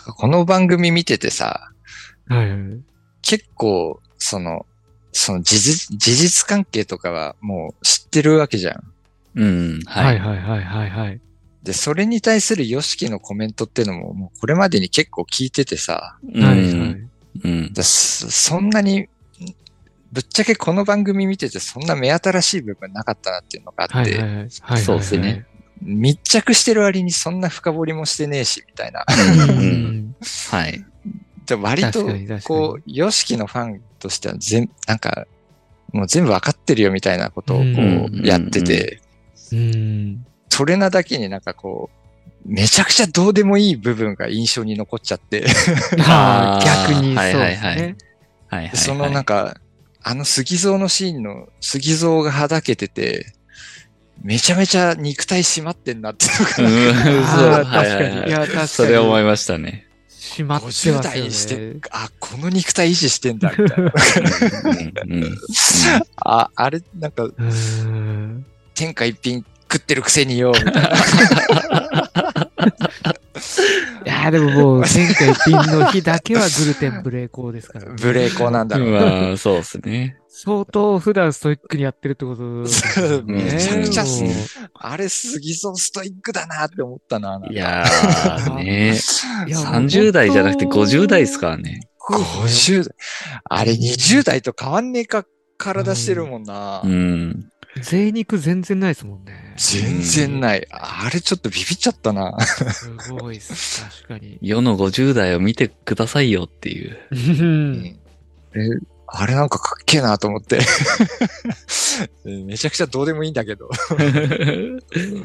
Speaker 2: かこの番組見ててさ、
Speaker 3: はいはい。
Speaker 2: 結構、その、その事実、事実関係とかはもう知ってるわけじゃん。
Speaker 1: うん、
Speaker 3: は
Speaker 1: はいい。
Speaker 3: はいはいはいはい。
Speaker 2: で、それに対する YOSHIKI のコメントってのも、もうこれまでに結構聞いててさ、
Speaker 1: うん
Speaker 3: はいはい
Speaker 1: うん。
Speaker 2: だそそんなに、ぶっちゃけこの番組見ててそんな目新しい部分なかったなっていうのがあって、
Speaker 3: はいはいはいはい。
Speaker 1: そうですね。
Speaker 2: 密着してる割にそんな深掘りもしてねえし、みたい な。
Speaker 3: う
Speaker 1: うん
Speaker 3: ん。
Speaker 1: はい。
Speaker 2: で割と
Speaker 3: 確かに確、かに
Speaker 2: こう、ヨシキのファンとしては全、なんか、もう全部わかってるよみたいなことをこ
Speaker 3: うん
Speaker 2: う、やってて、
Speaker 3: うん。
Speaker 2: それなだけになんかこう、めちゃくちゃどうでもいい部分が印象に残っちゃって、
Speaker 1: あ
Speaker 3: ああ、
Speaker 1: ー
Speaker 3: 逆にそうで
Speaker 1: はいは
Speaker 3: すね。
Speaker 1: いはいはいはい、はい。
Speaker 2: そのなんか、あの杉蔵のシーンの、杉蔵がはだけてて、めちゃめちゃ肉体締まってんなっていう
Speaker 1: うん、
Speaker 2: のが、
Speaker 1: そう
Speaker 3: あ
Speaker 1: はいはい
Speaker 3: ー確か
Speaker 1: は
Speaker 3: に。い
Speaker 1: い
Speaker 3: や、確かに。
Speaker 1: それ思いました ね。
Speaker 3: しまってますよ
Speaker 2: 50
Speaker 3: ね。
Speaker 2: 代にして、あ、この肉体維持してんだ、みたいな。
Speaker 1: うんうんうん
Speaker 2: あ、あれ、なんか、
Speaker 3: うーん。
Speaker 2: 天下一品食ってるくせによ、みたいな。
Speaker 3: いやーでももう、前回瓶の日だけはグルテンブレーコーです から。
Speaker 2: 無礼講なんだろうな。
Speaker 1: まあ、そうですね。
Speaker 3: 相当普段ストイックにやってるってことですよ
Speaker 2: そう
Speaker 3: ね。
Speaker 1: めちゃくちゃ
Speaker 3: も
Speaker 1: す
Speaker 2: あれ、杉蔵ストイックだなって思ったな。
Speaker 1: いやーね。
Speaker 3: ういや
Speaker 1: 30代じゃなくて
Speaker 3: 本当
Speaker 1: 50代ですからね。
Speaker 2: 50代。あれ、20代と変わんねえか、体してるもんな。
Speaker 1: うん。
Speaker 3: 贅肉全然ないですもんね。
Speaker 2: 全然ない。あれ、ちょっとビビっちゃったな。
Speaker 3: すごいっす。確かに。
Speaker 1: 世の50代を見てくださいよって いう。
Speaker 3: うん
Speaker 2: えあれなんかかっけえなと思って。めちゃくちゃどうでもいいんだけど。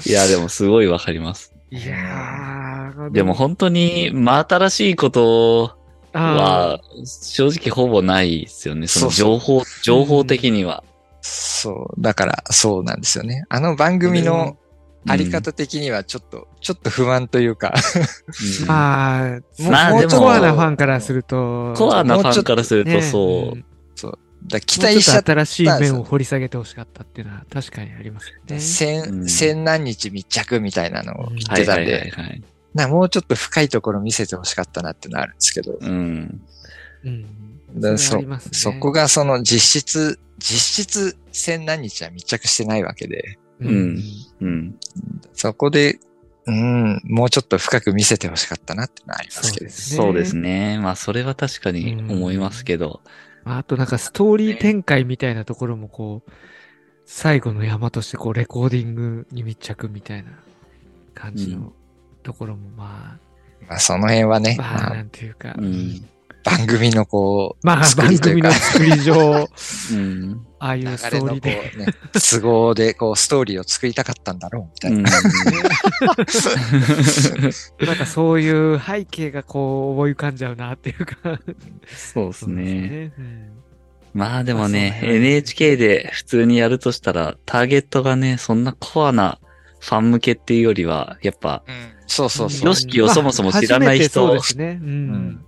Speaker 1: いや、でもすごいわかります。
Speaker 3: いやー
Speaker 1: でも本当に真新しいこと
Speaker 3: あ
Speaker 1: は正直ほぼないですよね。その
Speaker 2: そ
Speaker 1: 情
Speaker 2: う
Speaker 1: 報、情報的には。
Speaker 2: そう。だから、そうなんですよね。あの番組のあり方的にはちょっと、ちょっと不安というか。
Speaker 1: うん
Speaker 3: ーまあ、もう
Speaker 1: まあ
Speaker 3: もう
Speaker 1: でも
Speaker 3: コアなファンからすると。
Speaker 1: コアなフ
Speaker 2: もう
Speaker 1: ァン
Speaker 2: ちょっと
Speaker 1: からすると
Speaker 3: ね
Speaker 1: そ
Speaker 3: ん
Speaker 1: う。
Speaker 2: だから期
Speaker 3: 期待
Speaker 2: 待し
Speaker 3: し
Speaker 2: ちゃっ
Speaker 3: 新しい面を掘り下げてほしかったっていうのは確かにありますよね。
Speaker 2: 千、
Speaker 1: うん
Speaker 2: 千何日密着みたいなのを言っ
Speaker 1: はい
Speaker 2: てた
Speaker 1: は
Speaker 2: ん
Speaker 1: いはい
Speaker 2: で、
Speaker 1: はい。
Speaker 2: なもうちょっと深いところ見せてほしかったなってのはあるんですけど、
Speaker 1: うん。
Speaker 3: うん。
Speaker 2: だから
Speaker 3: それ
Speaker 2: そ
Speaker 3: ありますね
Speaker 2: そこがその実質、実質千何日は密着してないわけで、
Speaker 1: んうん。
Speaker 2: そこで、うん、もうちょっと深く見せてほしかったなってのはあります
Speaker 3: そう
Speaker 2: け
Speaker 3: で
Speaker 2: ど。
Speaker 3: すね。
Speaker 1: そうですね。まあ、それは確かに思いますけど。
Speaker 3: まああとなんかストーリー展開みたいなところもこう、最後の山としてこうレコーディングに密着みたいな感じ
Speaker 1: う
Speaker 3: のところもま
Speaker 2: まあ、その辺はね、
Speaker 3: あ、ま
Speaker 2: ま
Speaker 3: あ
Speaker 2: あ
Speaker 3: なんていうか、
Speaker 1: うん。
Speaker 2: 番組のこう、
Speaker 3: まあ
Speaker 2: 作
Speaker 3: 番
Speaker 2: りという
Speaker 3: 組
Speaker 2: か
Speaker 3: の作り上、
Speaker 1: うん。
Speaker 3: ああい
Speaker 2: 流
Speaker 3: うスト
Speaker 2: れ
Speaker 3: ー
Speaker 2: のこ
Speaker 3: リー
Speaker 2: う、
Speaker 3: で。
Speaker 2: ね、 都合でこう、ストーリーを作りたかったんだろう、みたいな。
Speaker 3: なんかそういう背景がこう思い浮かんじゃうなっていうか。
Speaker 1: そうです
Speaker 3: そう
Speaker 1: ね。
Speaker 3: ですね。
Speaker 1: まあでもね
Speaker 3: まあ、そうだよね
Speaker 1: NHK で普通にやるとしたら、ターゲットがね、そんなコアなファン向けっていうよりは、やっぱ、
Speaker 2: そうそうそう。
Speaker 1: よしきをそもそも知らない人
Speaker 3: まあ初めてそうですね。うん。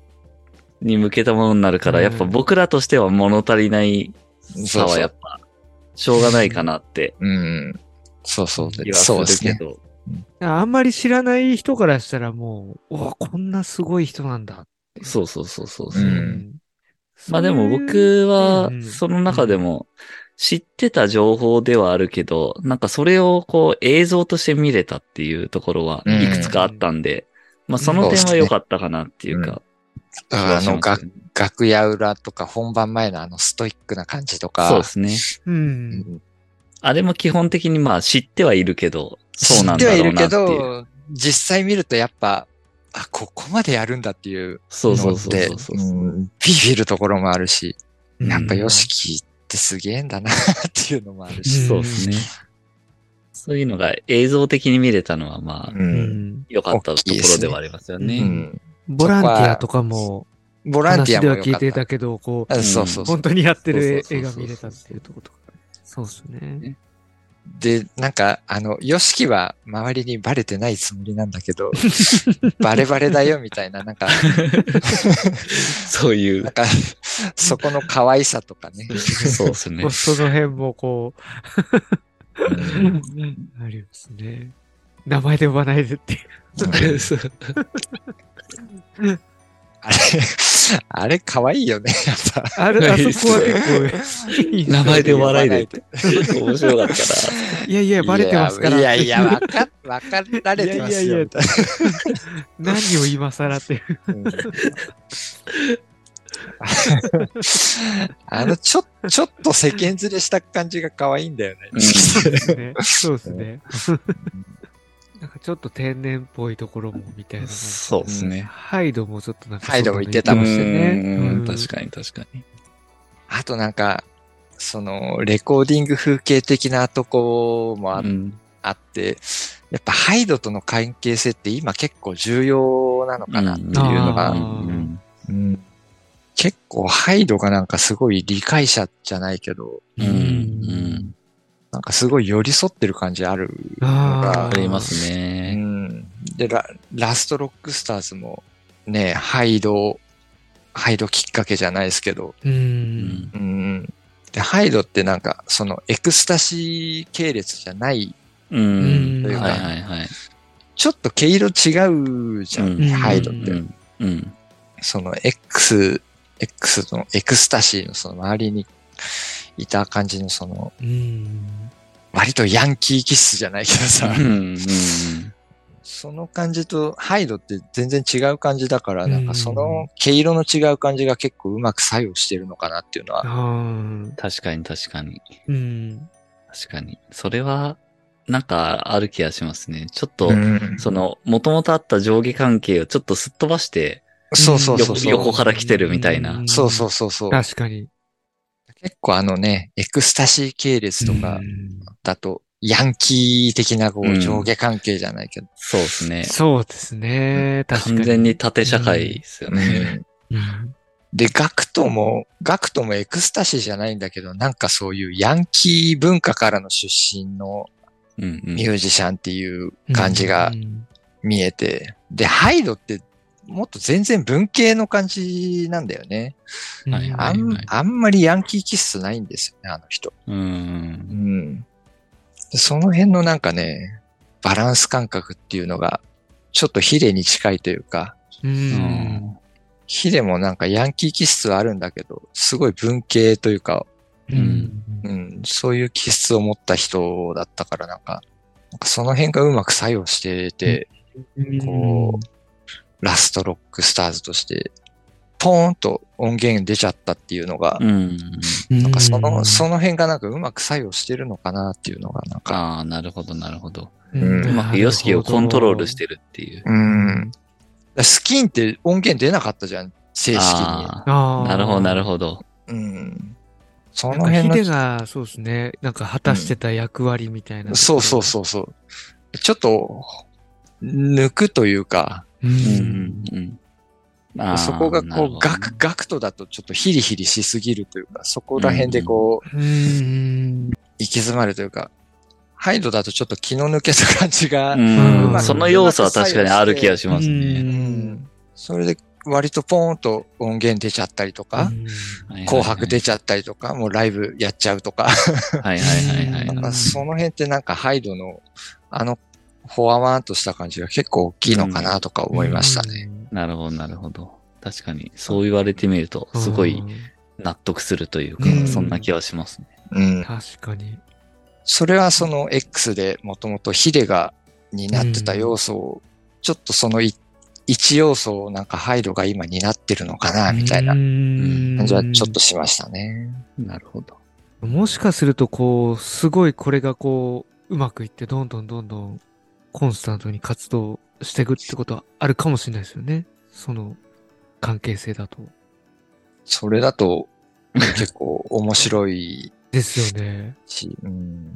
Speaker 1: に向けたものになるから、
Speaker 3: うん
Speaker 1: やっぱ僕らとしては物足りない
Speaker 2: そ
Speaker 1: さ
Speaker 2: う
Speaker 1: は
Speaker 2: そう
Speaker 1: やっぱ、しょうがないかなって
Speaker 2: うん。そうそう
Speaker 1: 気。はす
Speaker 2: そうです
Speaker 1: る
Speaker 2: ね
Speaker 1: け。ど。
Speaker 3: あんまり知らない人からしたらもう、おこんなすごい人なんだ。
Speaker 1: そうそうそうそう
Speaker 2: う
Speaker 1: そう。
Speaker 2: ん
Speaker 1: まあでも
Speaker 3: そういう、
Speaker 1: 僕は
Speaker 3: う、ん
Speaker 1: その中でも、知ってた情報ではあるけど、なんかそれをこう映像として見れたっていうところは
Speaker 2: うん
Speaker 1: いくつかあったんで、まあその点は良かったかなっていうか。
Speaker 2: だからあの、が楽屋裏とか本番前のあのストイックな感じとか。
Speaker 1: そうですね。
Speaker 3: う。
Speaker 2: うんん
Speaker 1: あれも基本的にまあ知ってはいるけど、
Speaker 2: 知
Speaker 1: そうな
Speaker 2: っ
Speaker 1: ん
Speaker 2: ては
Speaker 1: だ
Speaker 2: い
Speaker 1: ろう
Speaker 2: る
Speaker 1: な
Speaker 2: け
Speaker 1: っていう。
Speaker 2: ど、実際見るとやっぱ、あ、ここまでやるんだっていう
Speaker 1: そうそ
Speaker 2: の
Speaker 1: うそう
Speaker 2: で
Speaker 1: そう、そう。
Speaker 2: うんビビるところもあるし、やっぱ
Speaker 1: うん
Speaker 2: ヨシキってすげえんだなっていうのもあるし。
Speaker 1: そうですね。そういうのが映像的に見れたのは、まあ、
Speaker 2: う。
Speaker 3: うんん。
Speaker 1: 良かったところではありますよ
Speaker 2: う
Speaker 1: ね。
Speaker 2: ん。
Speaker 3: ボランティアとかも、
Speaker 2: ボランティア
Speaker 3: 話
Speaker 2: も
Speaker 3: で
Speaker 2: よ
Speaker 3: は
Speaker 2: か
Speaker 3: 聞いて
Speaker 2: った
Speaker 3: たけど、こう、
Speaker 2: あそうそうそう
Speaker 3: 本。当にやってる
Speaker 1: そうそう
Speaker 3: 絵が
Speaker 1: そうそう
Speaker 3: 見れたっていうところとか。そうですね。
Speaker 2: で、なんか、あの、ヨシキは周りにバレてないつもりなんだけ ど、バレバレだよみたいな、なんか、
Speaker 1: そうい
Speaker 2: なん
Speaker 1: う、
Speaker 2: か、そこの可愛さとかね。
Speaker 1: そうですね
Speaker 3: もう。その辺もこう、
Speaker 1: うん
Speaker 3: ありますね。名前で呼ばないでっていう。
Speaker 1: そう
Speaker 2: あれ、あれ可愛いよね、やっぱ。
Speaker 3: ある、あそこは結構いい
Speaker 1: 名前で笑いで
Speaker 2: い
Speaker 1: って。面白かったな。
Speaker 3: いやいや、バレてますから。
Speaker 2: いやいや、わか、わかられてます
Speaker 3: いやいやいや
Speaker 2: よ、みたいな
Speaker 3: 何を今更っていう。
Speaker 2: うんあの、ちょ、ちょっと世間連れした感じが可愛いんだよね。
Speaker 3: ね、 そうですね。なんかちょっと天然っぽいところもみたいな感じ。
Speaker 1: そうですね。
Speaker 3: ハイドもちょっとなんか。
Speaker 2: ハイドも言ってたもん
Speaker 1: う
Speaker 2: ね
Speaker 1: ん確
Speaker 3: か
Speaker 1: かに確かに。
Speaker 2: あとなんか、その、レコーディング風景的なとこもあ,、
Speaker 1: うん
Speaker 2: あって、やっぱハイドとの関係性って今結構重要なのかなっていうの
Speaker 3: あ
Speaker 2: が、
Speaker 3: ー
Speaker 1: うん
Speaker 2: うん結構ハイドがなんかすごい理解者じゃないけど、
Speaker 1: うんうん
Speaker 2: なんかすごい寄り添ってる感じある。
Speaker 1: あ
Speaker 3: あー
Speaker 1: りますね
Speaker 2: う。ん、でラ、ラストロックスターズもね、ハイド、ハイドきっかけじゃないですけど、
Speaker 1: う
Speaker 3: う。
Speaker 1: んん
Speaker 2: うん、で、ハイドってなんかそのエクスタシー系列じゃない
Speaker 1: うんん。
Speaker 2: と
Speaker 1: はいいう
Speaker 2: か
Speaker 1: はいはい。
Speaker 2: ちょっと毛色違うじゃん、
Speaker 1: うん
Speaker 2: ハイドっ
Speaker 1: う
Speaker 2: て。
Speaker 1: ん。うん。
Speaker 2: その X、X のエクスタシーのその周りにいた感じのその、
Speaker 3: うん。
Speaker 2: 割とヤンキー気質じゃないけど さ、
Speaker 1: うん
Speaker 2: その感じとハイドって全然違う感じだから、
Speaker 3: うん
Speaker 2: なんかその毛色の違う感じが結構うまく作用してるのかなっていうのは、
Speaker 3: ああ。
Speaker 1: 確かに確かに。
Speaker 3: うん。
Speaker 1: 確かに。それは、なんかある気がしますね。ちょっと、
Speaker 2: うん
Speaker 1: その、もともとあった上下関係をちょっとすっ飛ばして、
Speaker 2: そうそう
Speaker 1: よ
Speaker 2: そう
Speaker 1: こ
Speaker 2: そう。
Speaker 1: 横から来てるみたいな
Speaker 3: うん。
Speaker 2: そうそうそうそう。
Speaker 3: 確かに。
Speaker 2: 結構あのね、エクスタシー系列とか
Speaker 3: うん
Speaker 2: だと、ヤンキー的なこ
Speaker 1: う
Speaker 2: うん上下関係じゃないけど、
Speaker 1: そうですね。
Speaker 3: そうですね。確かに。
Speaker 1: 完全に縦社会ですよね。
Speaker 3: うん。
Speaker 2: で、ガクトも、ガクトもエクスタシーじゃないんだけど、なんかそういうヤンキー文化からの出身の
Speaker 1: うんうん
Speaker 2: ミュージシャンっていう感じが
Speaker 3: うん
Speaker 2: 見えて、で、ハイドってもっと全然文系の感じなんだよね。
Speaker 1: はい
Speaker 2: あん,、
Speaker 1: はい
Speaker 2: あんまりヤンキー気質ないんですよね、あの人。
Speaker 1: うん。
Speaker 2: うん。でその辺のなんかね、バランス感覚っていうのが、ちょっとヒデに近いというか、
Speaker 3: うん
Speaker 2: ヒデもなんかヤンキー気質はあるんだけど、すごい文系というか、
Speaker 3: うんうん
Speaker 2: うん、そういう気質を持った人だったから、なんか、なんかその辺がうまく作用してて、
Speaker 3: うん
Speaker 2: こラストロックスターズとして、ポーンと音源出ちゃったっていうのが、
Speaker 1: うん。
Speaker 2: なんかその、
Speaker 3: う
Speaker 2: その辺がなんかうまく作用してるのかなっていうのが、なんか、
Speaker 1: ああ、なるほど、なるほど。
Speaker 2: うん
Speaker 1: うまくヨシキをコントロールしてるっていう。
Speaker 2: うん。スキンって音源出なかったじゃん、正式に。
Speaker 1: あ
Speaker 3: あ
Speaker 1: あ、
Speaker 3: あ。
Speaker 1: なるほど、なる
Speaker 3: ほ
Speaker 1: ほど。
Speaker 2: うん。そ
Speaker 3: ど
Speaker 2: の
Speaker 3: なんかヒ
Speaker 2: 辺
Speaker 3: デ
Speaker 2: の、
Speaker 3: が、そうですね。なんか果たしてた役割みたいな。
Speaker 2: そうそうそうそう。ちょっと、抜くというか、
Speaker 3: う
Speaker 1: うん
Speaker 3: ん。
Speaker 1: うんうんあー
Speaker 2: そこが
Speaker 1: なる
Speaker 2: こう、
Speaker 1: ほど
Speaker 2: ガク、ガクトだとちょっとヒリヒリしすぎるというか、そこら辺でこう、
Speaker 3: うん。
Speaker 2: 行き詰まるというか、ハイドだとちょっと気の抜けた感じが、
Speaker 1: うん
Speaker 3: うまく
Speaker 1: その要素は確かにある気がします
Speaker 3: う
Speaker 1: ね。
Speaker 3: ん
Speaker 2: それで割とポーンと音源出ちゃったりとか、
Speaker 1: はいはいはい
Speaker 2: 紅白出ちゃったりとか、もうライブやっちゃうとか、
Speaker 1: はいはいはい
Speaker 3: う
Speaker 2: な
Speaker 3: ん
Speaker 2: ん
Speaker 1: は
Speaker 2: か その辺ってなんかハイドの、あの、ほわわーんとした感じが結構大きいのかなとか思いましたね。
Speaker 1: い。なるほど、なるほど。確かに、そう言われてみると、
Speaker 3: うん。
Speaker 1: すごい納得するというか
Speaker 2: う、ん
Speaker 1: そんな気はしますね。
Speaker 2: うん。
Speaker 3: 確かに。
Speaker 2: それはその X でもともとヒデが担ってた要素を、ちょっとそのい一要素をなんかハイドが今担ってるのかな、みたいな
Speaker 3: 感
Speaker 2: 感じはちょっとしましたね。
Speaker 1: なるほど。
Speaker 3: もしかすると、こう、すごいこれがこう、うまくいって、どんどんどんどん、コンスタントに活動していくってことはあるかもしれないですよね。その、関係性だと。
Speaker 2: それだと結構面白い
Speaker 3: ですよね。
Speaker 2: し、うん。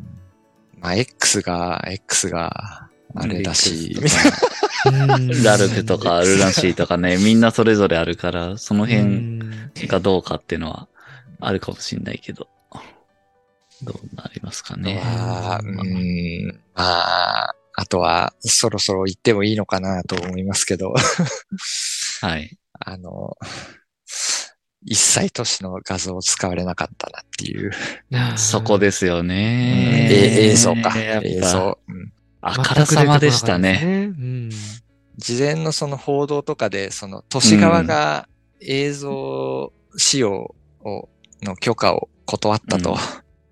Speaker 2: まあ、X が、X が、あれだし、
Speaker 1: Netflix とか ラルクとかルナシーとかね、みんなそれぞれあるから、その辺がどうかっていうのはあるかもしんないけど。どうなりますかね。
Speaker 2: は、うん、まあ、あとは、そろそろ行ってもいいのかなと思いますけど、
Speaker 1: はい。
Speaker 2: あの、 一切都市の画像を使われなかったなっていう。
Speaker 1: そこ
Speaker 3: で、
Speaker 1: ですよね。
Speaker 2: え映像か。
Speaker 1: やっぱ
Speaker 2: 映像。うん
Speaker 1: あからさまでしたね。
Speaker 3: 全く出てこなかったですね。
Speaker 2: 事前のその報道とかで、その都市側が映像使用を、の許可を断ったと、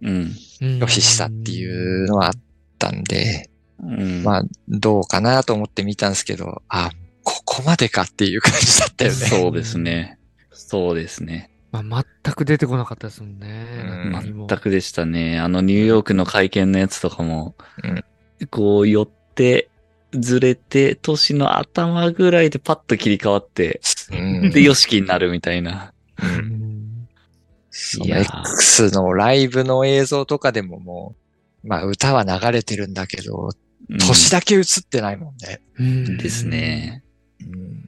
Speaker 1: うん。
Speaker 3: うん
Speaker 2: 拒否したっていうのはあったんで、
Speaker 1: うん。
Speaker 2: まあ、どうかなと思って見たんですけど、あ、ここまでかっていう感じだったよね。
Speaker 1: そうですね。そうですね。
Speaker 3: まあ、全く出てこなかったですも
Speaker 2: う
Speaker 3: んね。
Speaker 2: ん
Speaker 3: 何も
Speaker 1: 全くでしたね。あのニューヨークの会見のやつとかも、
Speaker 2: うん
Speaker 1: こう寄って、ずれて、年の頭ぐらいでパッと切り替わって、
Speaker 2: うん
Speaker 1: で、ヨシキになるみたいな。
Speaker 3: うん
Speaker 2: そ
Speaker 1: い
Speaker 2: の
Speaker 1: やー
Speaker 2: X のライブの映像とかでももう、まあ歌は流れてるんだけど、
Speaker 1: うん
Speaker 2: 年だけ映ってないもんね。
Speaker 3: うん
Speaker 1: ですね。
Speaker 2: うん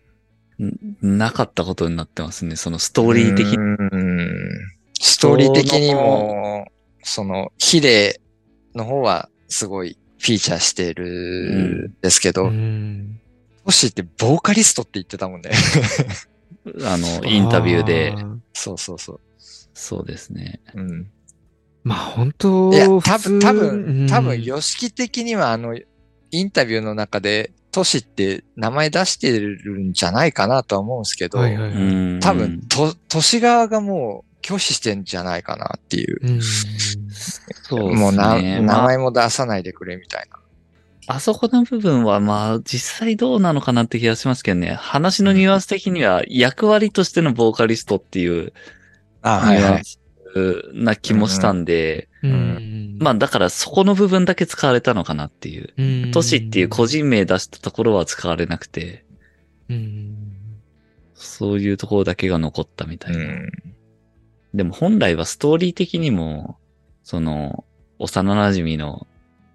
Speaker 1: なかったことになってますね。そのストーリー的に。
Speaker 2: うんストーリー的にも、その、ヒデの方はすごいフィーチャーしてるんですけ
Speaker 3: う
Speaker 2: ど、
Speaker 3: ん
Speaker 2: トシってボーカリストって言ってたもんね。
Speaker 1: あの、インタビューで
Speaker 3: あ。ー
Speaker 2: そうそうそう。
Speaker 1: そうですね。
Speaker 2: うん、
Speaker 3: まあ本当
Speaker 2: いや、多分、多
Speaker 3: うん
Speaker 2: 分、多分、ヨシキ的にはあの、インタビューの中で、トシって名前出してるんじゃないかなとは思うんですけど、
Speaker 3: はいは
Speaker 1: う
Speaker 3: いはい
Speaker 1: ん。
Speaker 2: 多分、と、都市側がもう拒否してんじゃないかなっていう。
Speaker 3: うん
Speaker 1: そうですね。
Speaker 2: もうな、
Speaker 1: まあ
Speaker 2: 名前も出さないでくれみたいな。
Speaker 1: あそこの部分はまあ実際どうなのかなって気がしますけどね。話のニュアンス的には役割としてのボーカリストっていう
Speaker 2: あ
Speaker 1: ニュアンスな気もしたんで、
Speaker 3: うん
Speaker 1: まあだからそこの部分だけ使われたのかなっていう。
Speaker 3: うん
Speaker 1: 都市っていう個人名出したところは使われなくて、
Speaker 3: うん
Speaker 1: そういうところだけが残ったみたいな。
Speaker 2: うん。
Speaker 1: でも本来はストーリー的にも、その、幼馴染の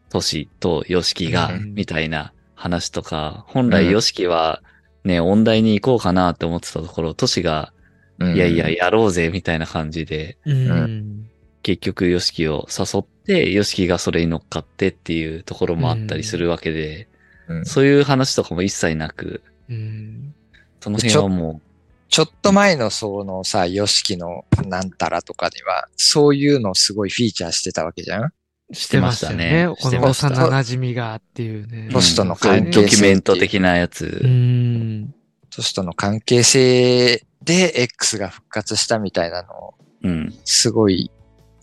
Speaker 1: トシとヨシキが
Speaker 2: う、
Speaker 3: ん
Speaker 1: みたいな話とか、本
Speaker 2: う
Speaker 1: 来
Speaker 2: ん
Speaker 1: ヨシキはね、音大に行こうかなって思ってたところ、トシが、
Speaker 2: うん
Speaker 1: いやいや、やろうぜ、みたいな感じで、
Speaker 3: うん
Speaker 1: 結局ヨシキを誘って、ヨシキがそれに乗っかってっていうところもあったりするわけで、
Speaker 2: うん
Speaker 1: そういう話とかも一切なく、
Speaker 3: うん
Speaker 1: その辺はも
Speaker 2: ちょっと前のそのさ、ヨシキのなんたらとかには、そういうのをすごいフィーチャーしてたわけじゃん
Speaker 1: うし
Speaker 3: してて
Speaker 1: ま
Speaker 3: ま
Speaker 1: し
Speaker 3: したた
Speaker 1: ね
Speaker 3: ね。。
Speaker 1: し
Speaker 3: こ
Speaker 1: て
Speaker 3: の
Speaker 1: ました。
Speaker 3: 幼馴染がっていうね。
Speaker 2: ホストの
Speaker 1: そういう
Speaker 2: 関
Speaker 1: ド
Speaker 2: 係性って
Speaker 1: キ
Speaker 2: い
Speaker 1: ュ
Speaker 2: う
Speaker 1: メント的なや
Speaker 3: う
Speaker 1: つ。
Speaker 3: ん。
Speaker 2: トシとの関係性で X が復活したみたいなのを、
Speaker 1: うん。
Speaker 2: すごい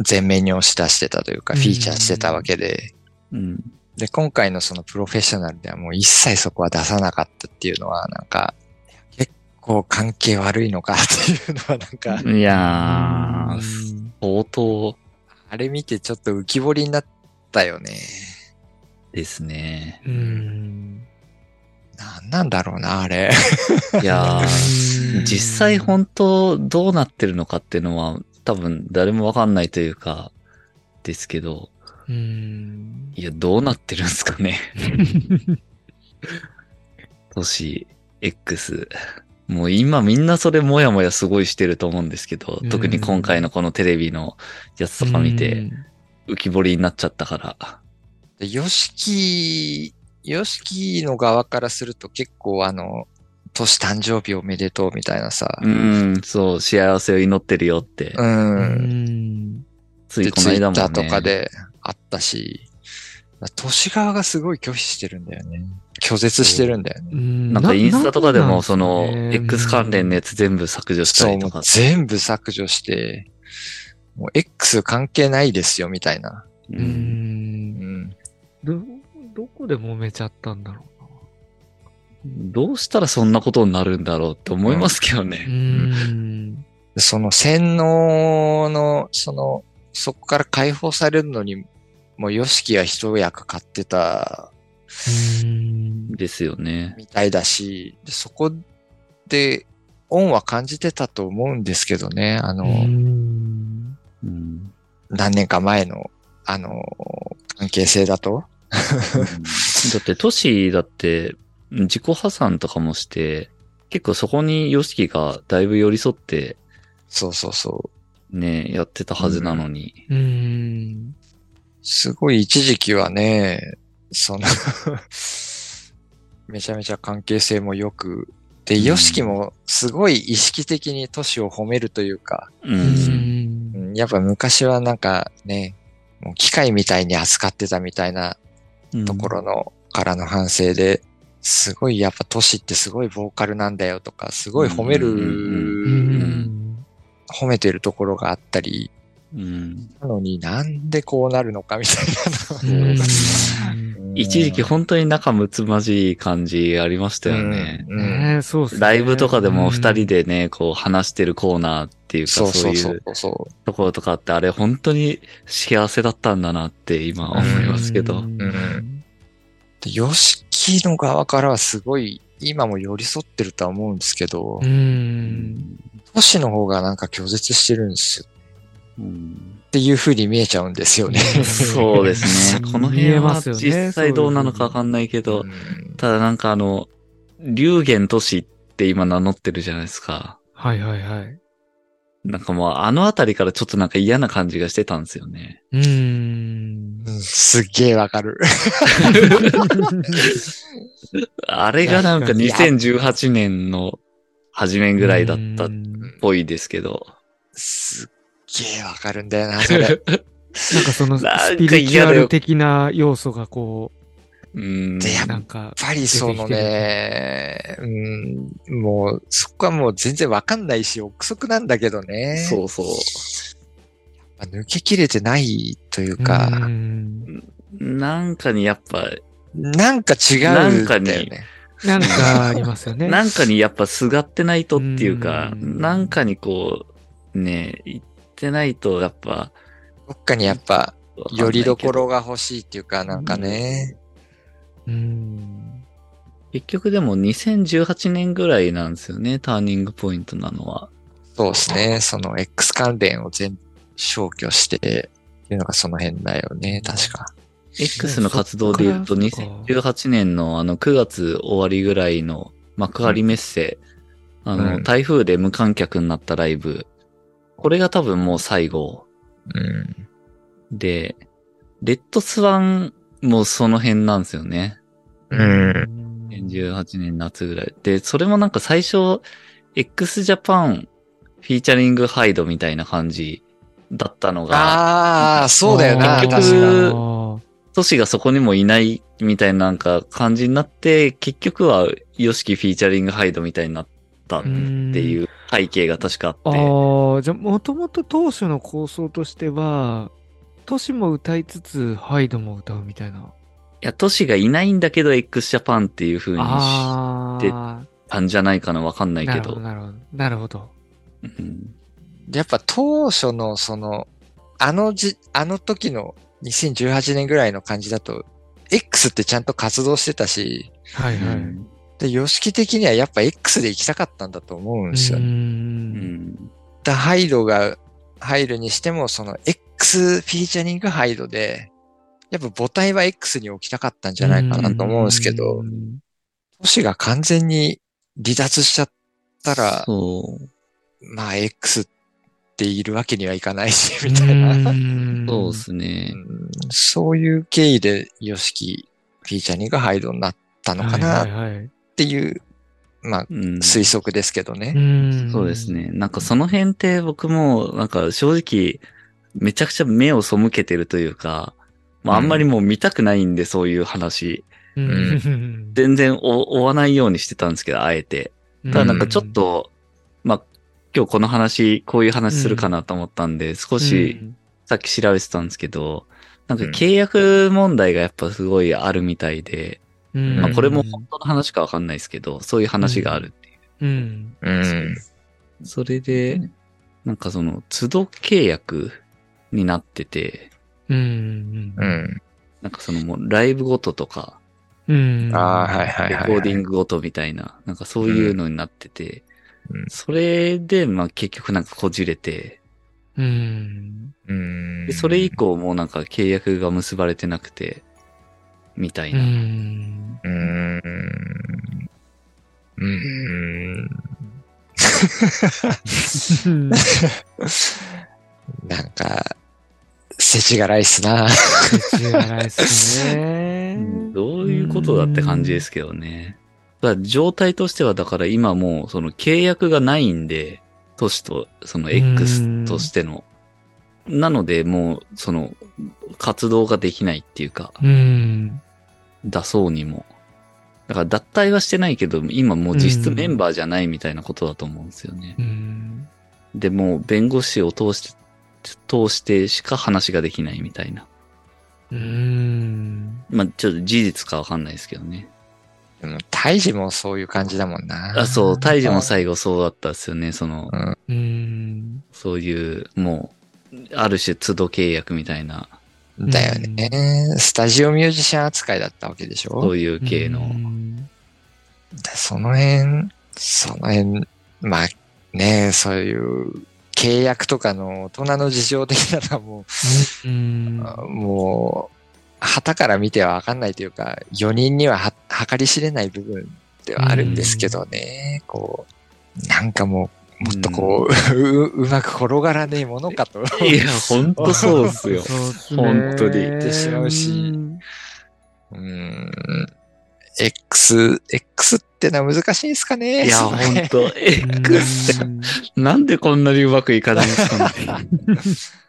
Speaker 2: 全面に押し出してたというか、
Speaker 3: うん
Speaker 2: フィーチャーしてたわけで、
Speaker 1: うん。
Speaker 2: で、今回のそのプロフェッショナルではもう一切そこは出さなかったっていうのは、なんか、結構関係悪いのかっていうのはなんか、
Speaker 1: いやー、
Speaker 3: うん
Speaker 1: 相当
Speaker 2: あれ見てちょっと浮き彫りになったよね。
Speaker 1: ですね。
Speaker 3: うん。
Speaker 2: なんなんだろうな、あれ。
Speaker 1: いや
Speaker 3: う
Speaker 1: ー、
Speaker 3: ん
Speaker 1: 実際本当どうなってるのかっていうのは多分誰もわかんないというか、ですけど、
Speaker 3: うん。
Speaker 1: いや、どうなってるんですかね。 都市 X。もう今みんなそれもやもやすごいしてると思うんですけど
Speaker 3: う、ん
Speaker 1: 特に今回のこのテレビのやつとか見て浮き彫りになっちゃったから。
Speaker 2: で、ヨシキ、ヨシキの側からすると結構あの、年誕生日おめでとうみたいなさ。
Speaker 1: うん、そう、幸せを祈ってるよって
Speaker 2: う、。
Speaker 3: うんん。
Speaker 1: つい
Speaker 2: で
Speaker 1: こ
Speaker 2: ツ
Speaker 1: の
Speaker 2: イ
Speaker 1: 間
Speaker 2: ッ
Speaker 1: も
Speaker 2: タ
Speaker 1: ね。
Speaker 2: ーとかであったし、年側がすごい拒否してるんだよね。拒絶してるんだよ
Speaker 3: う
Speaker 2: ね。
Speaker 3: ん
Speaker 1: なんかインスタとかでも、その、
Speaker 3: なんなんです
Speaker 1: X
Speaker 3: かね
Speaker 1: 関連のやつ全部削除した
Speaker 2: そ
Speaker 1: り
Speaker 2: う、も
Speaker 1: と
Speaker 2: う
Speaker 1: か。
Speaker 2: 全部削除して、もう X 関係ないですよみたいな。
Speaker 1: う
Speaker 3: うんん。
Speaker 2: うん。
Speaker 3: ど、どこで揉めちゃったんだろ
Speaker 1: どうしたらそんなことになるんだろうって思いますけど
Speaker 3: う。う
Speaker 1: ね。
Speaker 3: ん。
Speaker 2: その洗脳の、その、そこから解放されるのに、もうヨシキは一役買ってた
Speaker 3: うん
Speaker 1: ですよね。
Speaker 2: みたいだし、でそこで恩は感じてたと思うんですけどね、あの、
Speaker 3: うん
Speaker 1: うん。
Speaker 2: 何年か前の、あの、関係性だと
Speaker 1: だって、トシだって、自己破産とかもして、結構そこにヨシキがだいぶ寄り添って、
Speaker 2: そうそうそう。
Speaker 1: ね、やってたはずなのに。
Speaker 3: うーん。
Speaker 2: すごい一時期はね、その、めちゃめちゃ関係性も良く、で、
Speaker 1: うん
Speaker 2: ヨシキもすごい意識的に都市を褒めるというか、
Speaker 1: う。
Speaker 3: うんん。
Speaker 2: うんやっぱ昔はなんかね、もう機械みたいに扱ってたみたいな
Speaker 1: うん
Speaker 2: ところの、からの反省で、すごいやっぱ都市ってすごいボーカルなんだよとか、すごい褒め
Speaker 1: うんうん
Speaker 3: う
Speaker 2: る、
Speaker 3: ん。
Speaker 2: 褒めてるところがあったり、
Speaker 1: うん。
Speaker 2: なのになんでこうなるのかみたい
Speaker 3: うんん
Speaker 2: なの。
Speaker 1: 一時期本当に仲睦まじい感じありましたよね。
Speaker 2: うん。うん
Speaker 3: ねえそうっすね。
Speaker 1: ライブとかでも二人でね、こう話してるコーナーっていうか、
Speaker 2: そう
Speaker 1: そ
Speaker 2: そうう
Speaker 1: い
Speaker 2: そううそ
Speaker 1: ところとかって、あれ本当に幸せだったんだなって今思いますけど。
Speaker 3: うん
Speaker 2: んう。で、ヨシキの側からはすごい、今も寄り添ってるとは思うんですけど
Speaker 3: う、ん。。
Speaker 2: 都市の方がなんか拒絶してるんですよ
Speaker 1: うん
Speaker 2: っていう風に見えちゃうんですよね。
Speaker 1: そうですね この
Speaker 3: 見
Speaker 1: 辺
Speaker 3: えま
Speaker 1: は
Speaker 3: すよね
Speaker 1: 実際どうなのかわかんないけど、
Speaker 2: うん
Speaker 1: ただなんかあの、龍玄都市って今名乗ってるじゃないですか。
Speaker 3: はいはいはい。
Speaker 1: なんかもうあのあたりからちょっとなんか嫌な感じがしてたんですよね。
Speaker 3: うーん
Speaker 2: う。んすっげえわかる。
Speaker 1: あれがなんか
Speaker 3: 確
Speaker 2: か
Speaker 1: 2018年の初めぐらいだったっ
Speaker 3: うん
Speaker 1: ぽいですけ ど。
Speaker 2: すっげえわかるんだよ な、それ。
Speaker 3: なんかその
Speaker 1: なんか
Speaker 3: スピリチュアル的な要素がこ
Speaker 1: うん。
Speaker 2: でやっ
Speaker 3: う、なんか、
Speaker 2: やっぱりそのね、うん、もう、そこはもう全然わかんないし、憶測なんだけどね。
Speaker 1: そうそう。
Speaker 2: まあ抜けきれてないというか、
Speaker 3: うん
Speaker 1: なんかにやっぱ、
Speaker 2: なんか違うんだよね。
Speaker 3: なんかありますよ ね。
Speaker 1: なんかにやっぱすがってないとっていうか、
Speaker 3: うん
Speaker 1: なんかにこう、ね、言ってないとやっぱ、
Speaker 2: どっかにやっぱ、
Speaker 1: わかんないけ
Speaker 2: よりどころが欲しいっていうか、なんかね。
Speaker 3: うん。
Speaker 1: 結局でも2018年ぐらいなんですよね、ターニングポイントなのは。
Speaker 2: そうですね。その X 関連を全消去して、っていうのがその辺だよね、確か。
Speaker 1: X の活動で言うと
Speaker 3: そっか
Speaker 1: 2018年のあの9月終わりぐらいの幕張メッセ、あの、
Speaker 2: うん
Speaker 1: 台風で無観客になったライブ。これが多分もう最後
Speaker 2: うん。
Speaker 1: で、レッドスワンもその辺なんですよね。
Speaker 2: うん。
Speaker 1: 2018年夏ぐらい。で、それもなんか最初、x ジャパンフィーチャリングハイドみたいな感じだったのが、
Speaker 2: ああ、そうだよな、
Speaker 1: 結
Speaker 2: 確
Speaker 1: 局
Speaker 2: かに。
Speaker 1: 都市がそこにもいないみたいななんか感じになって、結局は YOSHIKI フィーチャリングハイドみたいになったって
Speaker 3: う
Speaker 1: い
Speaker 3: ん。
Speaker 1: う背景が確かあって。
Speaker 3: ああ、じゃあ、もともと当初の構想としては、都市も歌いつつ、ハイドも歌うみたいな。
Speaker 1: いや、都市がいないんだけど x ジャパンっていう風にし
Speaker 3: あ
Speaker 1: で
Speaker 3: あ、
Speaker 1: たんじゃないかなわかんない
Speaker 3: な
Speaker 1: け
Speaker 3: るほ
Speaker 1: ど
Speaker 3: ど、。なるほど。なるほど。
Speaker 1: うん
Speaker 2: やっぱ当初のその、あのじ、あの時の2018年ぐらいの感じだと、X ってちゃんと活動してたし、
Speaker 3: はいはい。
Speaker 2: で、様式的にはやっぱ X で行きたかったんだと思うんですよ。
Speaker 3: う。
Speaker 2: ね
Speaker 1: うんん
Speaker 2: だハイドが入るにしても、その X フィーチャリングハイドで、やっぱ母体は X に置きたかったんじゃないかなと思うんですけど、都市が完全に離脱しちゃったら、
Speaker 1: そう。
Speaker 2: まあ X っているわけにはいかないし、みたいな。
Speaker 1: そうですね。
Speaker 2: うんそういう経緯で、ヨシキ、ピーチャーニングがハイドになったのかな
Speaker 3: はい
Speaker 2: っ
Speaker 3: はいはい
Speaker 2: ていう、まあ、
Speaker 1: うん
Speaker 2: 推測ですけどね。
Speaker 3: ん
Speaker 1: そうです。ね。なんかその辺って僕も、なんか正直、めちゃくちゃ目を背けてるというか、まああんまりもう見たくないんで、そういう話。
Speaker 3: うん。
Speaker 1: 全然お追わないようにしてたんですけど、あえて。
Speaker 3: う
Speaker 1: ただなんかちょっ、と、まあ、今日この話、こういう話するかなと思ったんで、少し
Speaker 3: うん
Speaker 1: さっき調べてたんですけど、なんか契約問題がやっぱすごいあるみたいで、
Speaker 3: うん
Speaker 1: まあこれも本当の話かわかんないですけど、そういう話があるっていう。
Speaker 3: うん。
Speaker 2: うん。
Speaker 1: それで、なんかその、都度契約になってて、
Speaker 3: うん。
Speaker 2: うん。
Speaker 1: なんかそのもうライブごととか、
Speaker 3: うん。
Speaker 2: ああ、はいはい
Speaker 1: レ
Speaker 2: はい、
Speaker 1: コーディ
Speaker 2: ン
Speaker 1: ングごとみたいな、なんかそういうのになってて
Speaker 2: うんうん、
Speaker 1: それで、まあ結局なんかこじれて、
Speaker 3: うん。
Speaker 2: うん
Speaker 1: で、それ以。降もうなんか契約が結ばれてなくて、みたいう な。
Speaker 3: ん。
Speaker 2: うーん。うーん。なんか、世知辛いっすな。
Speaker 3: 知らないっすね。
Speaker 1: どういうことだって感じですけどね。だから状態としてはだから今もうその契約がないんで、都市とその X としての。なのでもうその活動ができないっていうか、
Speaker 3: うん。
Speaker 1: だそうにも。だから脱退はしてないけど、今もう実質
Speaker 3: うん
Speaker 1: メンバーじゃないみたいなことだと思うんですよね。
Speaker 3: うん。
Speaker 1: でもう弁護士を通して、通してしか話ができないみたいな。
Speaker 3: うん。
Speaker 1: まあちょっと事実かわかんないですけどね。
Speaker 2: でも、胎児もそういう感じだもんな。
Speaker 1: あ、そう、タイジも
Speaker 2: う。
Speaker 1: 最後そうだったですよね。その、
Speaker 3: うん。
Speaker 1: そういう、もう、ある種都度契約みたいな、
Speaker 2: だよね。スタジオミュージシャン扱いだったわけでし
Speaker 1: そ
Speaker 2: ょ
Speaker 1: ういう系の。
Speaker 2: その辺、その辺、まあね、そういう契約とかの大人の事情的なのはも
Speaker 3: うん。
Speaker 2: う、もう、旗から見てはわかんないというか、4人にはは計り知れない部分ではあるんですけどね、こう、なんかもう、もっとこう、ううまく転がらねえものかと。
Speaker 1: いや、ほんとそうですよ。本当に言
Speaker 2: ってしまうしうーん X、X ってのは難しいんすかね
Speaker 1: いや、
Speaker 2: その
Speaker 1: ほん
Speaker 2: 辺
Speaker 1: と。え、なんでこんなにうまくいかないんですかね。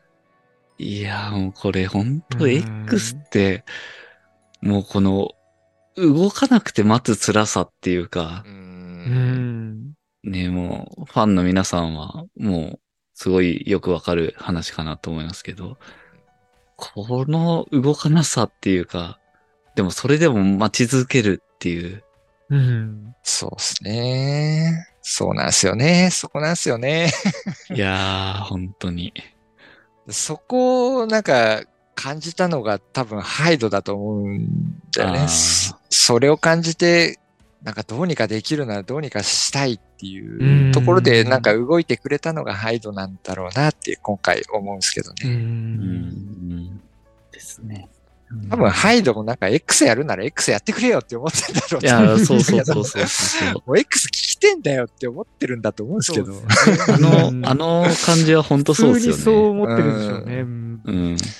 Speaker 1: いや、もうこれほんと
Speaker 3: うん
Speaker 1: X って、もうこの、動かなくて待つ辛さっていうか
Speaker 2: う、。
Speaker 3: うんん。
Speaker 1: ね、もう、ファンの皆さんは、もう、すごいよくわかる話かなと思いますけど、この動かなさっていうか、でもそれでも待ち続けるって いう、
Speaker 3: うん。
Speaker 2: そうっすね。そうなんすよね。そこなんすよね。
Speaker 1: いやー、本当に。
Speaker 2: そこをなんか感じたのが多分ハイドだと思うんだよ
Speaker 1: あ
Speaker 2: ね。
Speaker 1: ー
Speaker 2: そそれを感じて、なんかどうにかできるならどうにかしたいって
Speaker 3: う
Speaker 2: い
Speaker 3: ん
Speaker 2: うところでなんか動いてくれたのがハイドなんだろうなって今回思うんですけど
Speaker 3: う。
Speaker 2: ね。
Speaker 1: うんん、ですね。
Speaker 2: 多分ハイドもなんか X やるなら X やってくれよって思ってんだろう
Speaker 1: いやー、
Speaker 2: と
Speaker 1: そうん
Speaker 2: 思だ
Speaker 1: そ
Speaker 2: け
Speaker 1: う
Speaker 2: ど
Speaker 1: そうそうそう。
Speaker 2: もう X 聞きてんだよって思ってるんだと思うんですけど。
Speaker 1: あの、あの感じは本当そうですよね。
Speaker 3: 普通にそう思ってるんでしょうね。うん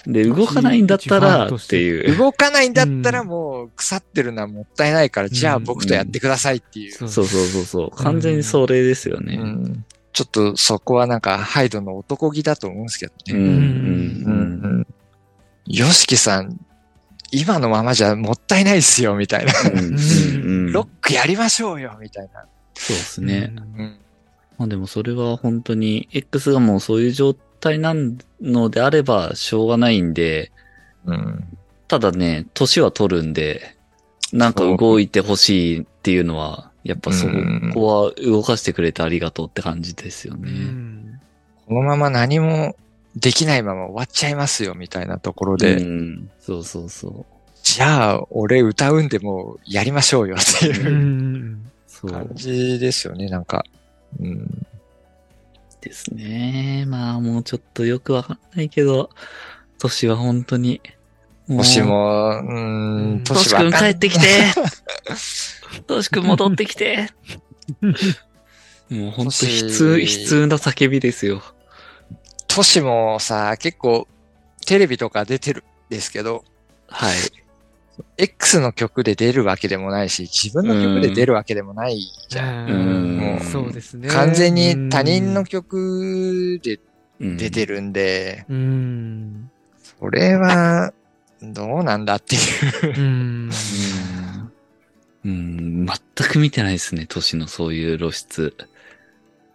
Speaker 1: うん。で、動かないんだったらっていう。
Speaker 2: 動かないんだったらもう腐ってるのはもったいないから、じゃあ僕とやってくださいっていう。
Speaker 3: そう
Speaker 1: そうそうそうそう。完全にそれですよね。
Speaker 2: うんちょっとそこはなんかハイドの男気だと思うんですけど
Speaker 1: うん
Speaker 2: ね。
Speaker 1: うんうん
Speaker 2: ん。ヨシキさん、今のままじゃもったいないっすよ、みたいな。
Speaker 1: うんうん
Speaker 2: ロックやりましょうよ、みたいな。
Speaker 1: そうですね。。
Speaker 2: うん。
Speaker 1: まあでもそれは本当に X がもうそういう状態なのであればしょうがないんで、
Speaker 2: うん。
Speaker 1: ただね、年は取るんで、なんか動いてほしいっていうのは、やっぱそ
Speaker 2: うん
Speaker 1: こは動かしてくれてありがとうって感じですよ
Speaker 3: う
Speaker 1: ね。
Speaker 3: ん。
Speaker 2: このまま何もできないまま終わっちゃいますよ、みたいなところで、
Speaker 1: うん、そうそうそう。
Speaker 2: じゃあ俺歌うんでもうやりましょうよって
Speaker 3: う。
Speaker 2: いうん
Speaker 1: そう。
Speaker 2: 感じですよね、なんか。うん。
Speaker 1: ですね。まあもうちょっとよくわかんないけど、年は本当に。も
Speaker 2: もし
Speaker 1: う。
Speaker 2: も、うん、
Speaker 1: トシ
Speaker 2: は
Speaker 1: 君帰ってきて トシ君戻ってき てもう本当悲痛、
Speaker 2: ト
Speaker 1: 悲
Speaker 2: シ
Speaker 1: 痛な叫びですよ。
Speaker 2: 都市もさ、結構テレビとか出てるんですけど、
Speaker 1: はい。
Speaker 2: X の曲で出るわけでもないし、自分の曲で出るわけでもないじゃん。
Speaker 3: うん。そうですね。
Speaker 2: 完全に他人の曲で
Speaker 1: うん
Speaker 2: 出てるんで、
Speaker 3: うん。
Speaker 2: それは、どうなんだっていう。
Speaker 3: うん。
Speaker 1: うん。うん、全く見てないですね、トシのそういう露出。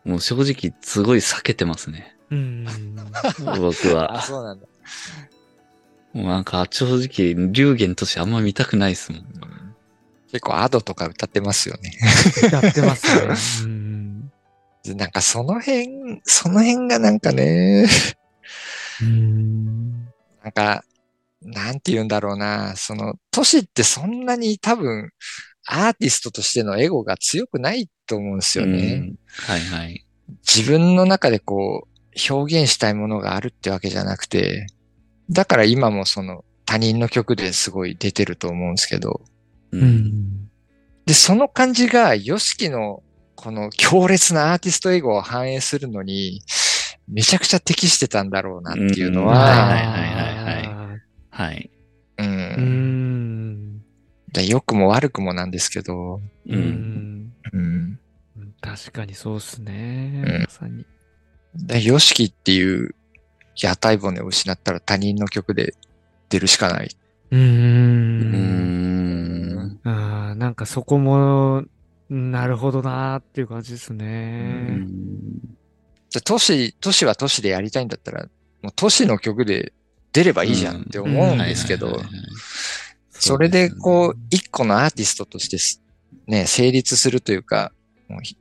Speaker 1: もう正直、すごい避けてますね。
Speaker 3: うん。
Speaker 1: 僕
Speaker 2: あ、
Speaker 1: は。
Speaker 2: そうなんだ。
Speaker 1: もうなんか、正直、龍玄トシあんま見たくないですもん。
Speaker 2: 結構アドとか歌ってますよね。
Speaker 3: やってますね。うん。
Speaker 2: なんかその辺、その辺がなんかね、
Speaker 3: うん。
Speaker 2: なんか、なんて言うんだろうな。その、都市ってそんなに多分、アーティストとしてのエゴが強くないと思うんですよね。
Speaker 1: うんはいはい。
Speaker 2: 自分の中でこう、表現したいものがあるってわけじゃなくて、だから今もその他人の曲ですごい出てると思うんですけど、
Speaker 1: う。
Speaker 3: うんん。
Speaker 2: で、その感じが YOSHIKI のこの強烈なアーティストエゴを反映するのに、めちゃくちゃ適してたんだろうなっていうの
Speaker 1: うんはい
Speaker 2: は、
Speaker 1: はいはいはい。
Speaker 2: うん
Speaker 3: うーん。
Speaker 2: で良くも悪くもなんですけど、
Speaker 1: う。
Speaker 3: うんん。
Speaker 2: うん、
Speaker 3: 確かにそうっすね。
Speaker 2: うん
Speaker 3: まさに。
Speaker 2: で YOSHIKI っていう屋台骨を失ったら他人の曲で出るしかない。
Speaker 3: うー
Speaker 1: うー
Speaker 3: ん。
Speaker 1: ん。
Speaker 3: ああ、なんかそこも、なるほどなーっていう感じです
Speaker 1: う
Speaker 3: ね。
Speaker 1: ん
Speaker 2: じゃあ都市、都市は都市でやりたいんだったら、もう都市の曲で出ればいいじゃんって思うんですけ
Speaker 1: うん
Speaker 2: ど
Speaker 1: はいはいはい、
Speaker 2: それでこ、
Speaker 1: そう
Speaker 2: 一個のアーティストとしてすね、成立するというか、もうひ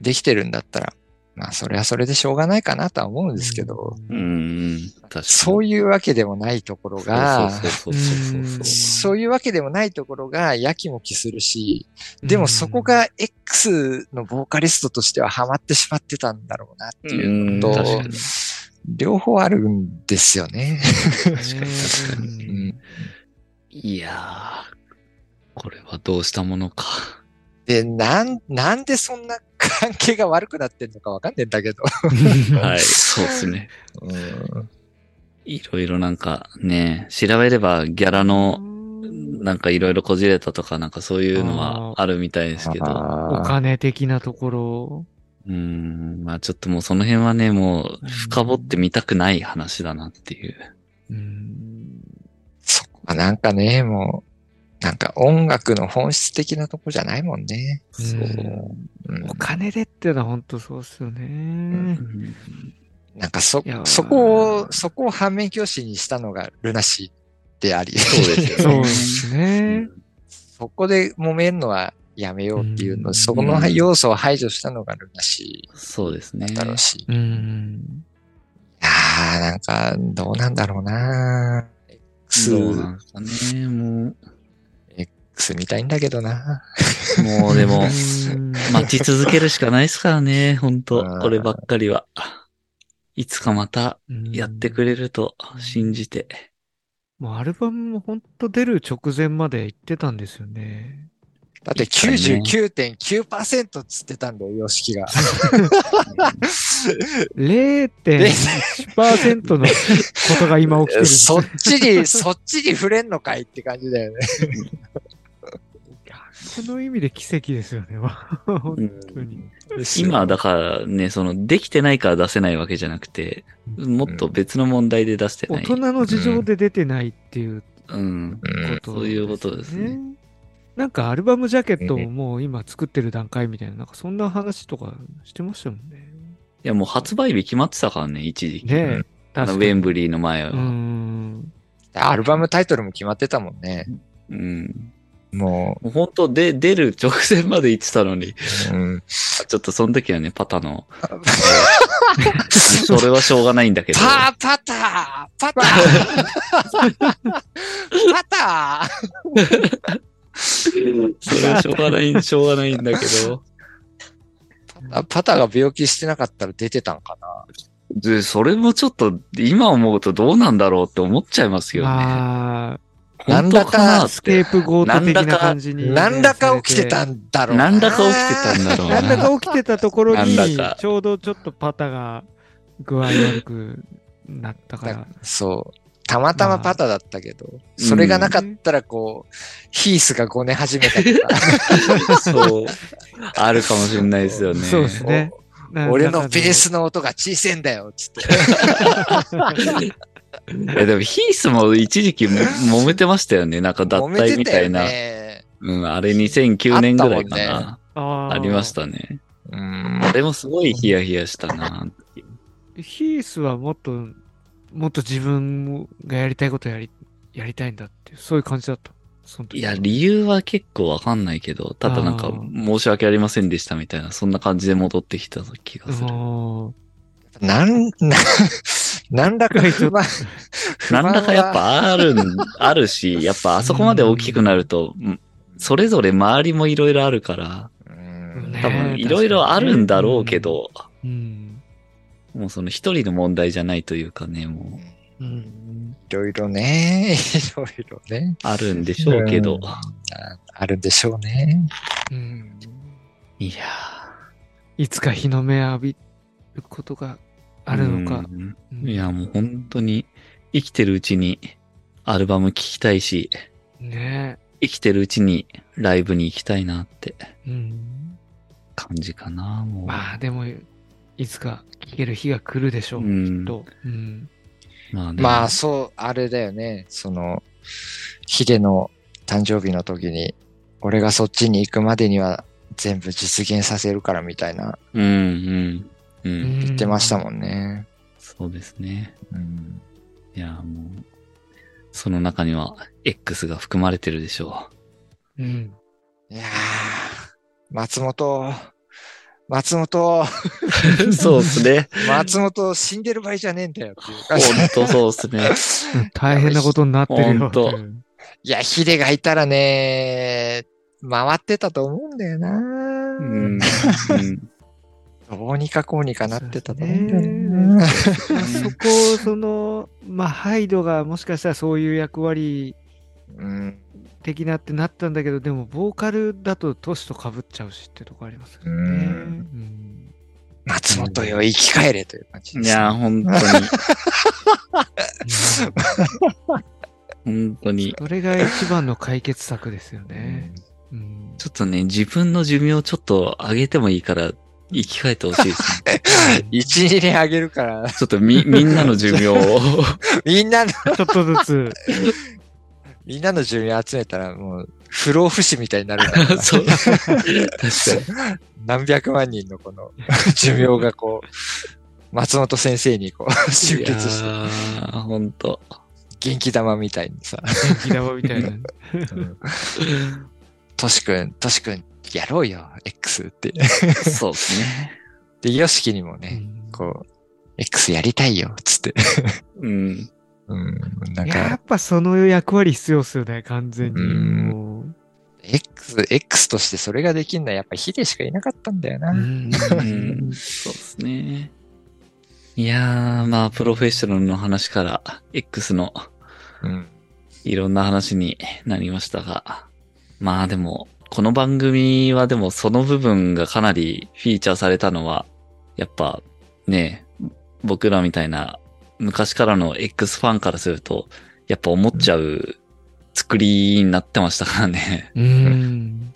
Speaker 2: できてるんだったら、まあそれはそれでしょうがないかなとは思うんですけど、
Speaker 1: うですね。うん。確かに。
Speaker 2: そういうわけでもないところが、
Speaker 1: そうそうそうそうそう。
Speaker 2: そういうわけでもないところがやきもきするし、でもそこが X のボーカリストとしてはハマってしまってたんだろうなっていうの
Speaker 1: うん
Speaker 2: と
Speaker 1: 確か、
Speaker 3: に
Speaker 2: 両方あるんですよね。
Speaker 3: 確
Speaker 1: 確か
Speaker 2: う
Speaker 1: に
Speaker 2: ん
Speaker 1: いやー、これはどうしたものか。
Speaker 2: で、なん、なんでそんな関係が悪くなってんのかわかんねえんだけど。
Speaker 1: はい、そうですね。いろいろなんかね、調べればギャラの、なんかいろいろこじれたとか、なんかそういうのはあるみたいですけど。
Speaker 3: お
Speaker 2: あー
Speaker 3: 金的なところ。
Speaker 1: うん、まあちょっともうその辺はね、もう深掘ってみたくない話だなっていう。
Speaker 3: うん。
Speaker 2: そこはなんかね、もう、なんか音楽の本質的なとこじゃないもんね。
Speaker 3: うん
Speaker 2: うん
Speaker 3: お金でっていうのは本当そうっすよね。
Speaker 2: なんかそ
Speaker 3: いや、ー
Speaker 2: そこを、そこを反面教師にしたのがルナシーであり、
Speaker 1: そうです
Speaker 3: そう
Speaker 1: よ
Speaker 3: で
Speaker 1: ね。
Speaker 3: すね。
Speaker 2: そこで揉めるのはやめようっていう
Speaker 3: う
Speaker 2: の、
Speaker 3: ん
Speaker 2: そこの要素を排除したのがルナシ
Speaker 1: そうですね
Speaker 2: ー。だろうし。
Speaker 3: うん。
Speaker 2: ああ、なんか、どうなんだろうな。X
Speaker 1: そ、うなんですかね。も
Speaker 2: X みたいんだけどな。
Speaker 1: う、もうで も、
Speaker 3: うん
Speaker 1: 待ち続けるしかないですからね、本当
Speaker 2: うん
Speaker 1: こればっかりは。いつかまたやってくれると信じて。
Speaker 3: もうアルバムも本当出る直前まで行ってたんです よね。
Speaker 2: だって99.9%っつってたんだよ、様式が。
Speaker 3: 0.1%のことが今起き てるんです。
Speaker 2: そっちに、そっちに触れんのかいって感じだよね。
Speaker 3: その意味で奇跡です よね。本当に。
Speaker 1: 今、だからね、その、できてないから出せないわけじゃなくて、もっと別の問題で出して
Speaker 3: 大
Speaker 1: ない。
Speaker 3: 人の事情で出てないっていう
Speaker 1: うん。
Speaker 2: うん
Speaker 3: こと、
Speaker 1: そういうことですね。
Speaker 3: なんかアルバムジャケットももう今作ってる段階みたいな、なんかそんな話とかしてましたもんね。
Speaker 1: いや、もう発売日決まってたからね、一時期。
Speaker 3: ねえ、
Speaker 1: あ
Speaker 3: 確
Speaker 1: のウ
Speaker 3: かに。
Speaker 1: ェンブリーの前は。
Speaker 3: うーん。
Speaker 2: アルバムタイトルも決まってたもんね。
Speaker 1: うん。
Speaker 2: も
Speaker 1: もう本当で、出る直前まで言ってたのに、
Speaker 2: う、うん
Speaker 1: ちょっとその時はね、パタの、それはしょうがないんだけど。
Speaker 2: パーパターパターパタ
Speaker 1: それはしょうがない、しょうがないんだけど。
Speaker 2: ー あパターが病気してなかったら出てたんかな。
Speaker 1: で、それもちょっと、今思うとどうなんだろうって思っちゃいますよね。
Speaker 3: まあ、
Speaker 1: 本当かなっ
Speaker 3: ス
Speaker 1: て
Speaker 3: ケ。ープゴート的な感じに、
Speaker 2: 何らか起きてた
Speaker 3: ん
Speaker 2: んだろうな。
Speaker 1: なんだか起きてたんだろうな。
Speaker 3: 何らか起きてたところに
Speaker 1: なんだか、
Speaker 3: ちょうどちょっとパタが具合悪くなったから。
Speaker 2: そう。たまたまパタだったけど、それがなかったらこう、ヒースが5年始めたとか。
Speaker 1: そう。あるかもしれないですよね。
Speaker 3: そうですね。
Speaker 2: 俺のベー。スの音が小せえんだよ、つって。
Speaker 1: え、でもヒースも一時期も揉めてましたよね。なんか脱退みたいな。
Speaker 2: 揉めて
Speaker 1: うん、あれ2009年ぐらいか
Speaker 2: あったもん
Speaker 1: な。あ
Speaker 3: あー
Speaker 1: りまし。たね。
Speaker 2: たよね。
Speaker 1: あれもすごいヒヤヒヤしたな。
Speaker 3: ヒースはもっと、もっと自分がやりたいことやり、やりたいんだって、そういう感じだった。その時
Speaker 1: いや、理由は結構わかんないけど、ただなんか
Speaker 3: あー
Speaker 1: 申し訳ありませんでしたみたいな、そんな感じで戻ってきた気がする。
Speaker 3: も
Speaker 2: なん、な、 なんだか不満、不
Speaker 1: な
Speaker 2: 満
Speaker 1: ん
Speaker 2: は
Speaker 1: だかやっ、ぱあるん、あるし、やっぱあそこまで大きくなると、うんそれぞれ周りもいろいろあるから、
Speaker 2: うん
Speaker 1: 多
Speaker 3: ね
Speaker 1: 分いろいろあるんだろうけど、
Speaker 3: う、うん。
Speaker 1: もうその一人の問題じゃないというかね、もう
Speaker 3: うん。
Speaker 2: いろいろね、 いろいろね、
Speaker 1: あるんでしょうけど。
Speaker 2: ああるんでしょうね。
Speaker 3: うん。
Speaker 1: いや
Speaker 3: いつか日の目浴びること
Speaker 1: ー
Speaker 3: があるのか。。
Speaker 1: うん
Speaker 3: うん
Speaker 1: いや、もう本当に生きてるうちにアルバム聴きたいし、
Speaker 3: ね
Speaker 1: 生きてるうちにライブに行きたいなって
Speaker 3: え。うん。
Speaker 1: 感じかな、もう。
Speaker 3: まあでも、いつか聞ける日が来るでしょう、
Speaker 1: うん
Speaker 3: きっと。うん。
Speaker 1: まあね
Speaker 2: まあ、そう、あれだよね。その、ヒデの誕生日の時に、俺がそっちに行くまでには全部実現させるからみたいな
Speaker 1: うんうん。う。
Speaker 3: うんん
Speaker 2: 言ってましたもんね。
Speaker 1: そうですね。
Speaker 2: うん、
Speaker 1: いや、もう、その中には X が含まれてるでしょ
Speaker 3: うん。
Speaker 2: いやー、松本、松本、
Speaker 1: う。そうですね。
Speaker 2: 松本死んでる場合じゃねえんだよっていう
Speaker 1: 本
Speaker 2: 感じ。
Speaker 1: 当そうですね。
Speaker 3: 大変なことになってる
Speaker 1: ほ
Speaker 3: よ
Speaker 1: んと。
Speaker 2: いや、ヒデがいたらね、回ってたと思うんだよな。
Speaker 1: うん。
Speaker 2: どうにかこうにかなってたと思うんだよ
Speaker 3: そう
Speaker 2: な。
Speaker 3: まあそこを、その、まあ、ハイドがもしかしたらそういう役割
Speaker 2: うん
Speaker 3: 的なってなったんだけど、でも、ボーカルだとトシと被っちゃうしってとこありますよね。
Speaker 2: う
Speaker 3: うん
Speaker 2: 松本よ、生き返れという感じで
Speaker 1: い
Speaker 2: す、
Speaker 1: や、
Speaker 2: ね。
Speaker 1: 本当に。本当に。
Speaker 3: それが一番の解決策ですよね。うん
Speaker 1: ちょっとね、自分の寿命ちょっと上げてもいいから、生き返ってほしいですね。
Speaker 2: 一、二年あげるから、
Speaker 1: ちょっと み、みんなの寿命を。
Speaker 2: みんなの、
Speaker 3: ちょっとずつ、
Speaker 2: みんなの順位集めたら、もう、不老不死みたいになる から
Speaker 1: そう。確かに。
Speaker 2: 何百万人のこの寿命がこう、松本先生にこう、集結
Speaker 1: い
Speaker 2: して、
Speaker 1: やー本当。
Speaker 2: 元気玉みたいにさ、
Speaker 3: 元気玉みた いな。
Speaker 2: トシ君、トシ君、やろうよ、X って。
Speaker 1: そうですね。
Speaker 2: で、ヨシキにもね、こう、X やりたいよ、つって。
Speaker 1: うん。
Speaker 2: うん、なん
Speaker 3: や
Speaker 2: か
Speaker 3: っ、ぱその役割必要っすよね、完全に。
Speaker 2: うん
Speaker 3: もう
Speaker 2: X、X としてそれができるのはやっぱヒデしかいなかったんだよな。
Speaker 1: うんそうですね。いやー、まあ、プロフェッショナルの話から、X の
Speaker 2: うん。
Speaker 1: いろんな話になりましたが、まあでも、この番組はでもその部分がかなりフィーチャーされたのは、やっぱね、僕らみたいな昔からの X ファンからすると、やっぱ思っちゃう作りになってましたから ね。
Speaker 3: うん。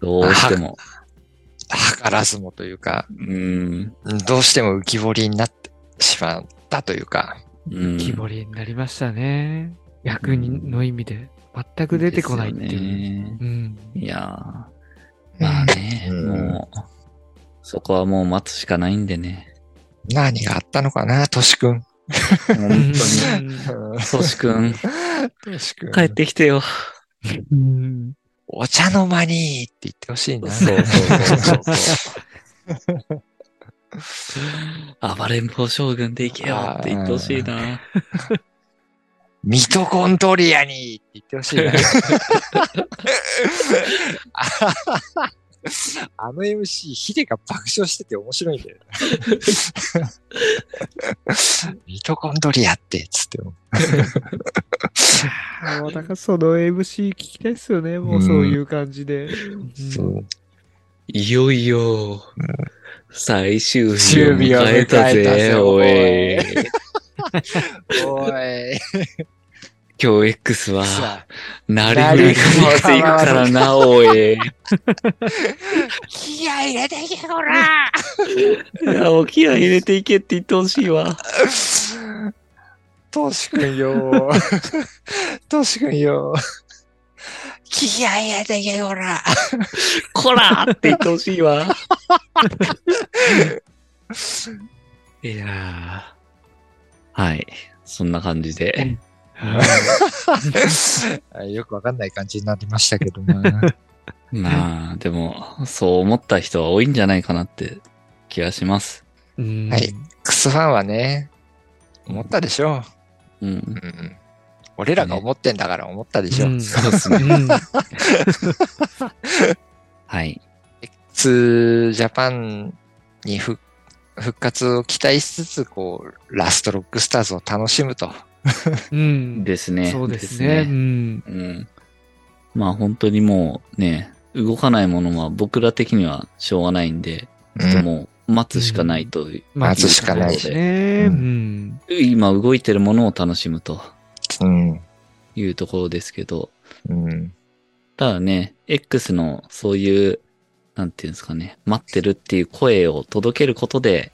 Speaker 1: どうしても。
Speaker 2: 図らずもというか、
Speaker 1: うん。
Speaker 2: どうしても浮き彫りになってしまったというか、
Speaker 1: うん。
Speaker 3: 木彫りになりましたね。役にの意味で。全く出てこないって
Speaker 1: です
Speaker 3: いう。
Speaker 1: よね
Speaker 3: うん。
Speaker 1: いやー。まあね、
Speaker 2: うん
Speaker 1: もう、そこはもう待つしかないんで ね。
Speaker 2: 何があったのかな、トシ君。
Speaker 1: 本当に。トシ君、
Speaker 2: トシ 君。
Speaker 1: 帰ってきてよ。
Speaker 3: うん。
Speaker 2: お茶の間にって言ってほしいな。
Speaker 1: そうそうそう そう。暴れん坊将軍で行けよって言ってほしいな。
Speaker 2: ミトコントリアにって言ってほしいな。あの MC、ヒデが爆笑してて面白いんだよな。ミトコントリアって、つって。
Speaker 3: もうだからその MC 聞きたいっすよね、もうそういう感じで。うん
Speaker 2: そう。
Speaker 1: いよいよ、最終日を
Speaker 2: 終日を
Speaker 1: 迎
Speaker 2: 迎
Speaker 1: え
Speaker 2: え
Speaker 1: た
Speaker 2: たぜ
Speaker 1: ぜ、おい。
Speaker 2: おい。
Speaker 1: 今日 X は、
Speaker 2: さ
Speaker 1: なりふり構っていくからな、おい。い
Speaker 2: 気合入れていけ、こら
Speaker 1: や、お気合い入れていけって言ってほしいわ。
Speaker 2: トシ君よー。トシ君よー。気合入れていけ、こら
Speaker 1: こらーって言ってほしい わ。いやー。はい。そんな感じで。
Speaker 2: よくわかんない感じになりましたけどな。
Speaker 1: まあ、でも、そう思った人は多いんじゃないかなって気がします。
Speaker 3: うん
Speaker 2: はい。クスファンはね、思ったでしょ
Speaker 1: うん。
Speaker 2: うん。俺らが思ってんだから思ったでしょ、
Speaker 3: う
Speaker 2: うん
Speaker 1: そうです ね。はい。
Speaker 2: X ジャパンにふ復活を期待しつつ、こう、ラストロックスターズを楽しむと。
Speaker 3: うん。
Speaker 1: ですね。
Speaker 3: そうですね。うん。
Speaker 1: うん。まあ本当にもうね、動かないものは僕ら的にはしょうがないんで、ちょっともう待つしかないという、
Speaker 3: まあ
Speaker 2: 待つしかない
Speaker 3: ですね。
Speaker 2: う
Speaker 3: うん。
Speaker 1: 今動いてるものを楽しむと
Speaker 2: うん。
Speaker 1: いうところですけど、
Speaker 2: うん。
Speaker 1: ただね、X のそういう、なんていうんですかね、待ってるっていう声を届けることで、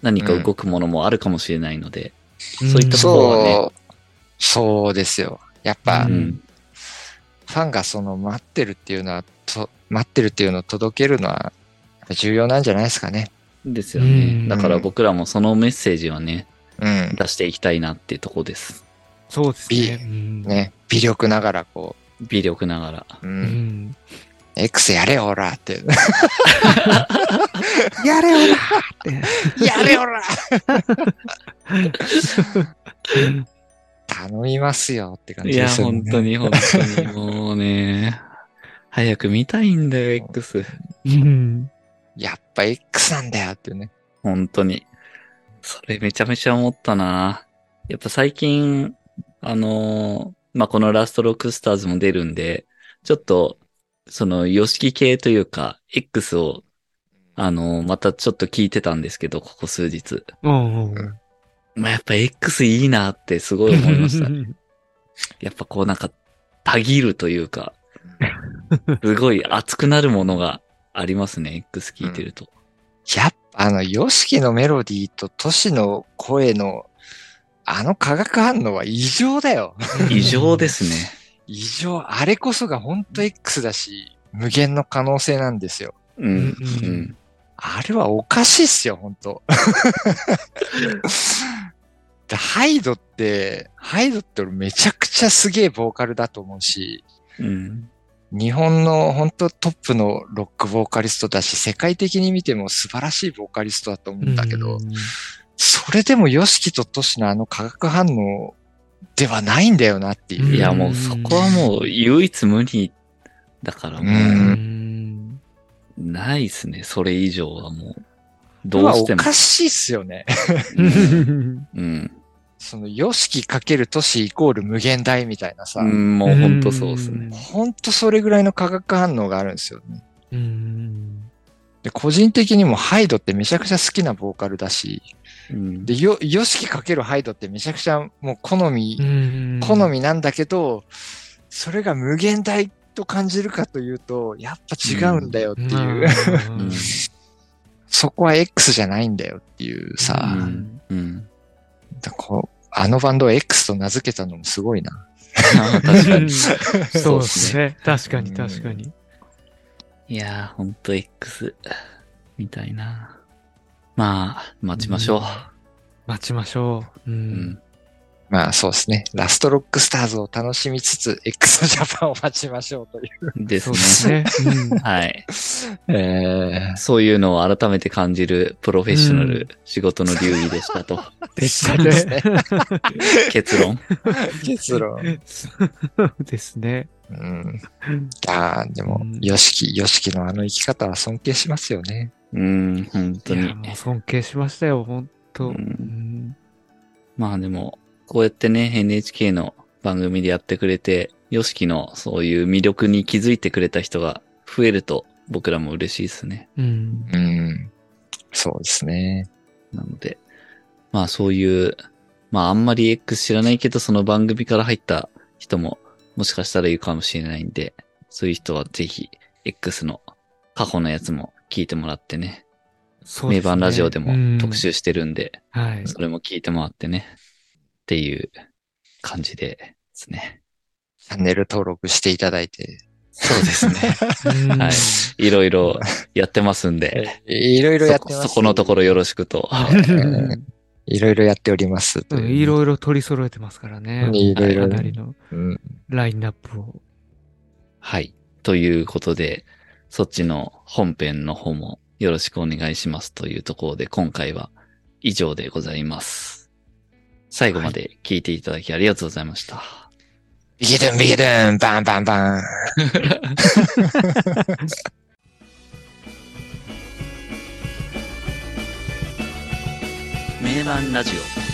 Speaker 1: 何か動くものもあるかもしれないので、そういったところはね
Speaker 2: そう、そうですよ。やっぱ、
Speaker 3: うん
Speaker 2: ファンがその待ってるっていうのは、と待ってるっていうのを届けるのは、やっぱ重要なんじゃないですかね。
Speaker 1: ですよね、
Speaker 3: うん
Speaker 1: だから僕らもそのメッセージはね、
Speaker 2: うん。
Speaker 1: 出していきたいなっていうところです。
Speaker 3: そうです
Speaker 2: いい
Speaker 3: ね。うん。
Speaker 2: ね、微力ながらこ
Speaker 1: 微力ながら。
Speaker 2: う、う、
Speaker 3: うんん。
Speaker 2: X やれオラ って、
Speaker 3: やれよな
Speaker 2: やれオラ頼みますよって感
Speaker 1: い
Speaker 2: じで
Speaker 1: や、
Speaker 2: すよね。
Speaker 1: 本当に、本当に、もう ね、早く見たいんだよ、X。
Speaker 3: うん。
Speaker 2: やっぱ X なんだよってね。
Speaker 1: 本当に。それめちゃめちゃ思ったな。やっぱ最近、あのーまあ、このラストロックスターズも出るんで、ちょっと、その、ヨシキ系というか、X を、あのーまたちょっと聞いてたんですけど、ここ数日。
Speaker 3: うん。
Speaker 1: まあ、やっぱ X いいなってすごい思いま した。
Speaker 3: う
Speaker 1: やっぱこうなんか、たぎるというか、すごい熱くなるものがありますね、X 聞いてると。
Speaker 2: やっぱあの、ヨシキのメロディーとトシの声の、あの化学反応は異常だよ。
Speaker 1: 異常ですね。
Speaker 2: 異常。あれこそが本当 X だし、無限の可能性なんですよ。
Speaker 1: うん。
Speaker 3: うん
Speaker 1: うん。
Speaker 2: あれはおかしいっすよ、本当でハイドって、ハイドって俺めちゃくちゃすげえボーカルだと思うし、
Speaker 1: うん。
Speaker 2: 日本の本当トップのロックボーカリストだし、世界的に見ても素晴らしいボーカリストだと思うんだけど、
Speaker 3: うん
Speaker 2: それでもヨシキとトシのあの化学反応ではないんだよなっていう。
Speaker 1: いや、もうそこはもう唯一無二だからも
Speaker 2: う
Speaker 1: う、
Speaker 3: うん
Speaker 1: ないですね。それ以上はもう。どうしても
Speaker 2: まあお。かしいっすよね。
Speaker 1: うん。
Speaker 2: そのヨシキかけるトシイコール無限大みたいなさ、
Speaker 1: うん、もうほんとそうですね。
Speaker 2: ほんとそれぐらいの化学反応があるんですよね。
Speaker 3: うん。
Speaker 2: で、個人的にもハイドってめちゃくちゃ好きなボーカルだし、
Speaker 1: うん
Speaker 2: で、よ、ヨシキかけるハイドってめちゃくちゃもう好み、
Speaker 3: うん
Speaker 2: 好。みなんだけど、それが無限大と感じるかというと、やっぱ違うんだよっていう、
Speaker 1: うん
Speaker 2: そこは X じゃないんだよっていう
Speaker 1: う
Speaker 2: さ、
Speaker 1: んうん。
Speaker 2: だこうあのバンドを X と名付けたのもすごいな。
Speaker 1: あ確か に。
Speaker 3: そうですね。確かに確かに。
Speaker 1: いやー、ほんと X、みたいな。まあ、待ちましょ
Speaker 3: 待ちましょう。う。
Speaker 1: う。うんん。
Speaker 2: まあそうですね。ラストロックスターズを楽しみつつ、X ジャパンを待ちましょうという。
Speaker 1: です
Speaker 3: そう
Speaker 1: ね
Speaker 3: で。すね。うん
Speaker 1: はい。
Speaker 2: え
Speaker 1: そういうのを改めて感じるプロフェッショナル仕事の流儀でした と。
Speaker 3: でした
Speaker 2: で
Speaker 3: ね
Speaker 2: すね。
Speaker 1: 結論。
Speaker 2: 結論。
Speaker 3: そうですね。
Speaker 2: うん。ああ、でも
Speaker 3: う、ん
Speaker 2: ヨシキ、ヨシキのあの生き方は尊敬しますよね。
Speaker 1: うん、本
Speaker 3: い
Speaker 1: 当に
Speaker 3: や、。もう尊敬しましたよ、本当。
Speaker 1: う
Speaker 3: うんん
Speaker 1: まあでも、こうやってね、NHK の番組でやってくれて、ヨシキのそういう魅力に気づいてくれた人が増えると僕らも嬉しいですね。
Speaker 3: うん。
Speaker 2: うん。そうですね。
Speaker 1: なので、まあそういう、まああんまり X 知らないけど、その番組から入った人ももしかしたらいるかもしれないんで、そういう人はぜひ X の過去のやつも聞いてもらってね、
Speaker 3: そうですね
Speaker 1: 名盤ラジオでも特。
Speaker 3: うん
Speaker 1: 集してるんで、
Speaker 3: はい。
Speaker 1: それも聞いてもらってね、っていう感じでですね。
Speaker 2: チャンネル登録していただいて、
Speaker 1: そうですね。
Speaker 3: うん
Speaker 1: はいいろいろやってますんで、
Speaker 2: い ろいろ
Speaker 1: そ
Speaker 2: やっ
Speaker 1: こ
Speaker 2: てます。
Speaker 1: そこのところよろしくと。
Speaker 2: うんいろいろやっております。
Speaker 3: うんいろいろ取り揃えてますからね。
Speaker 2: いろいろ
Speaker 3: かなりの
Speaker 2: うん
Speaker 3: ラインナップを。
Speaker 1: はい。ということで、そっちの本編の方もよろしくお願いしますというところで、今回は以上でございます。最後まで聞いていただきありがとうございました。
Speaker 2: ビギドゥンビギドゥン、バンバンバン。
Speaker 1: 名盤ラジオ。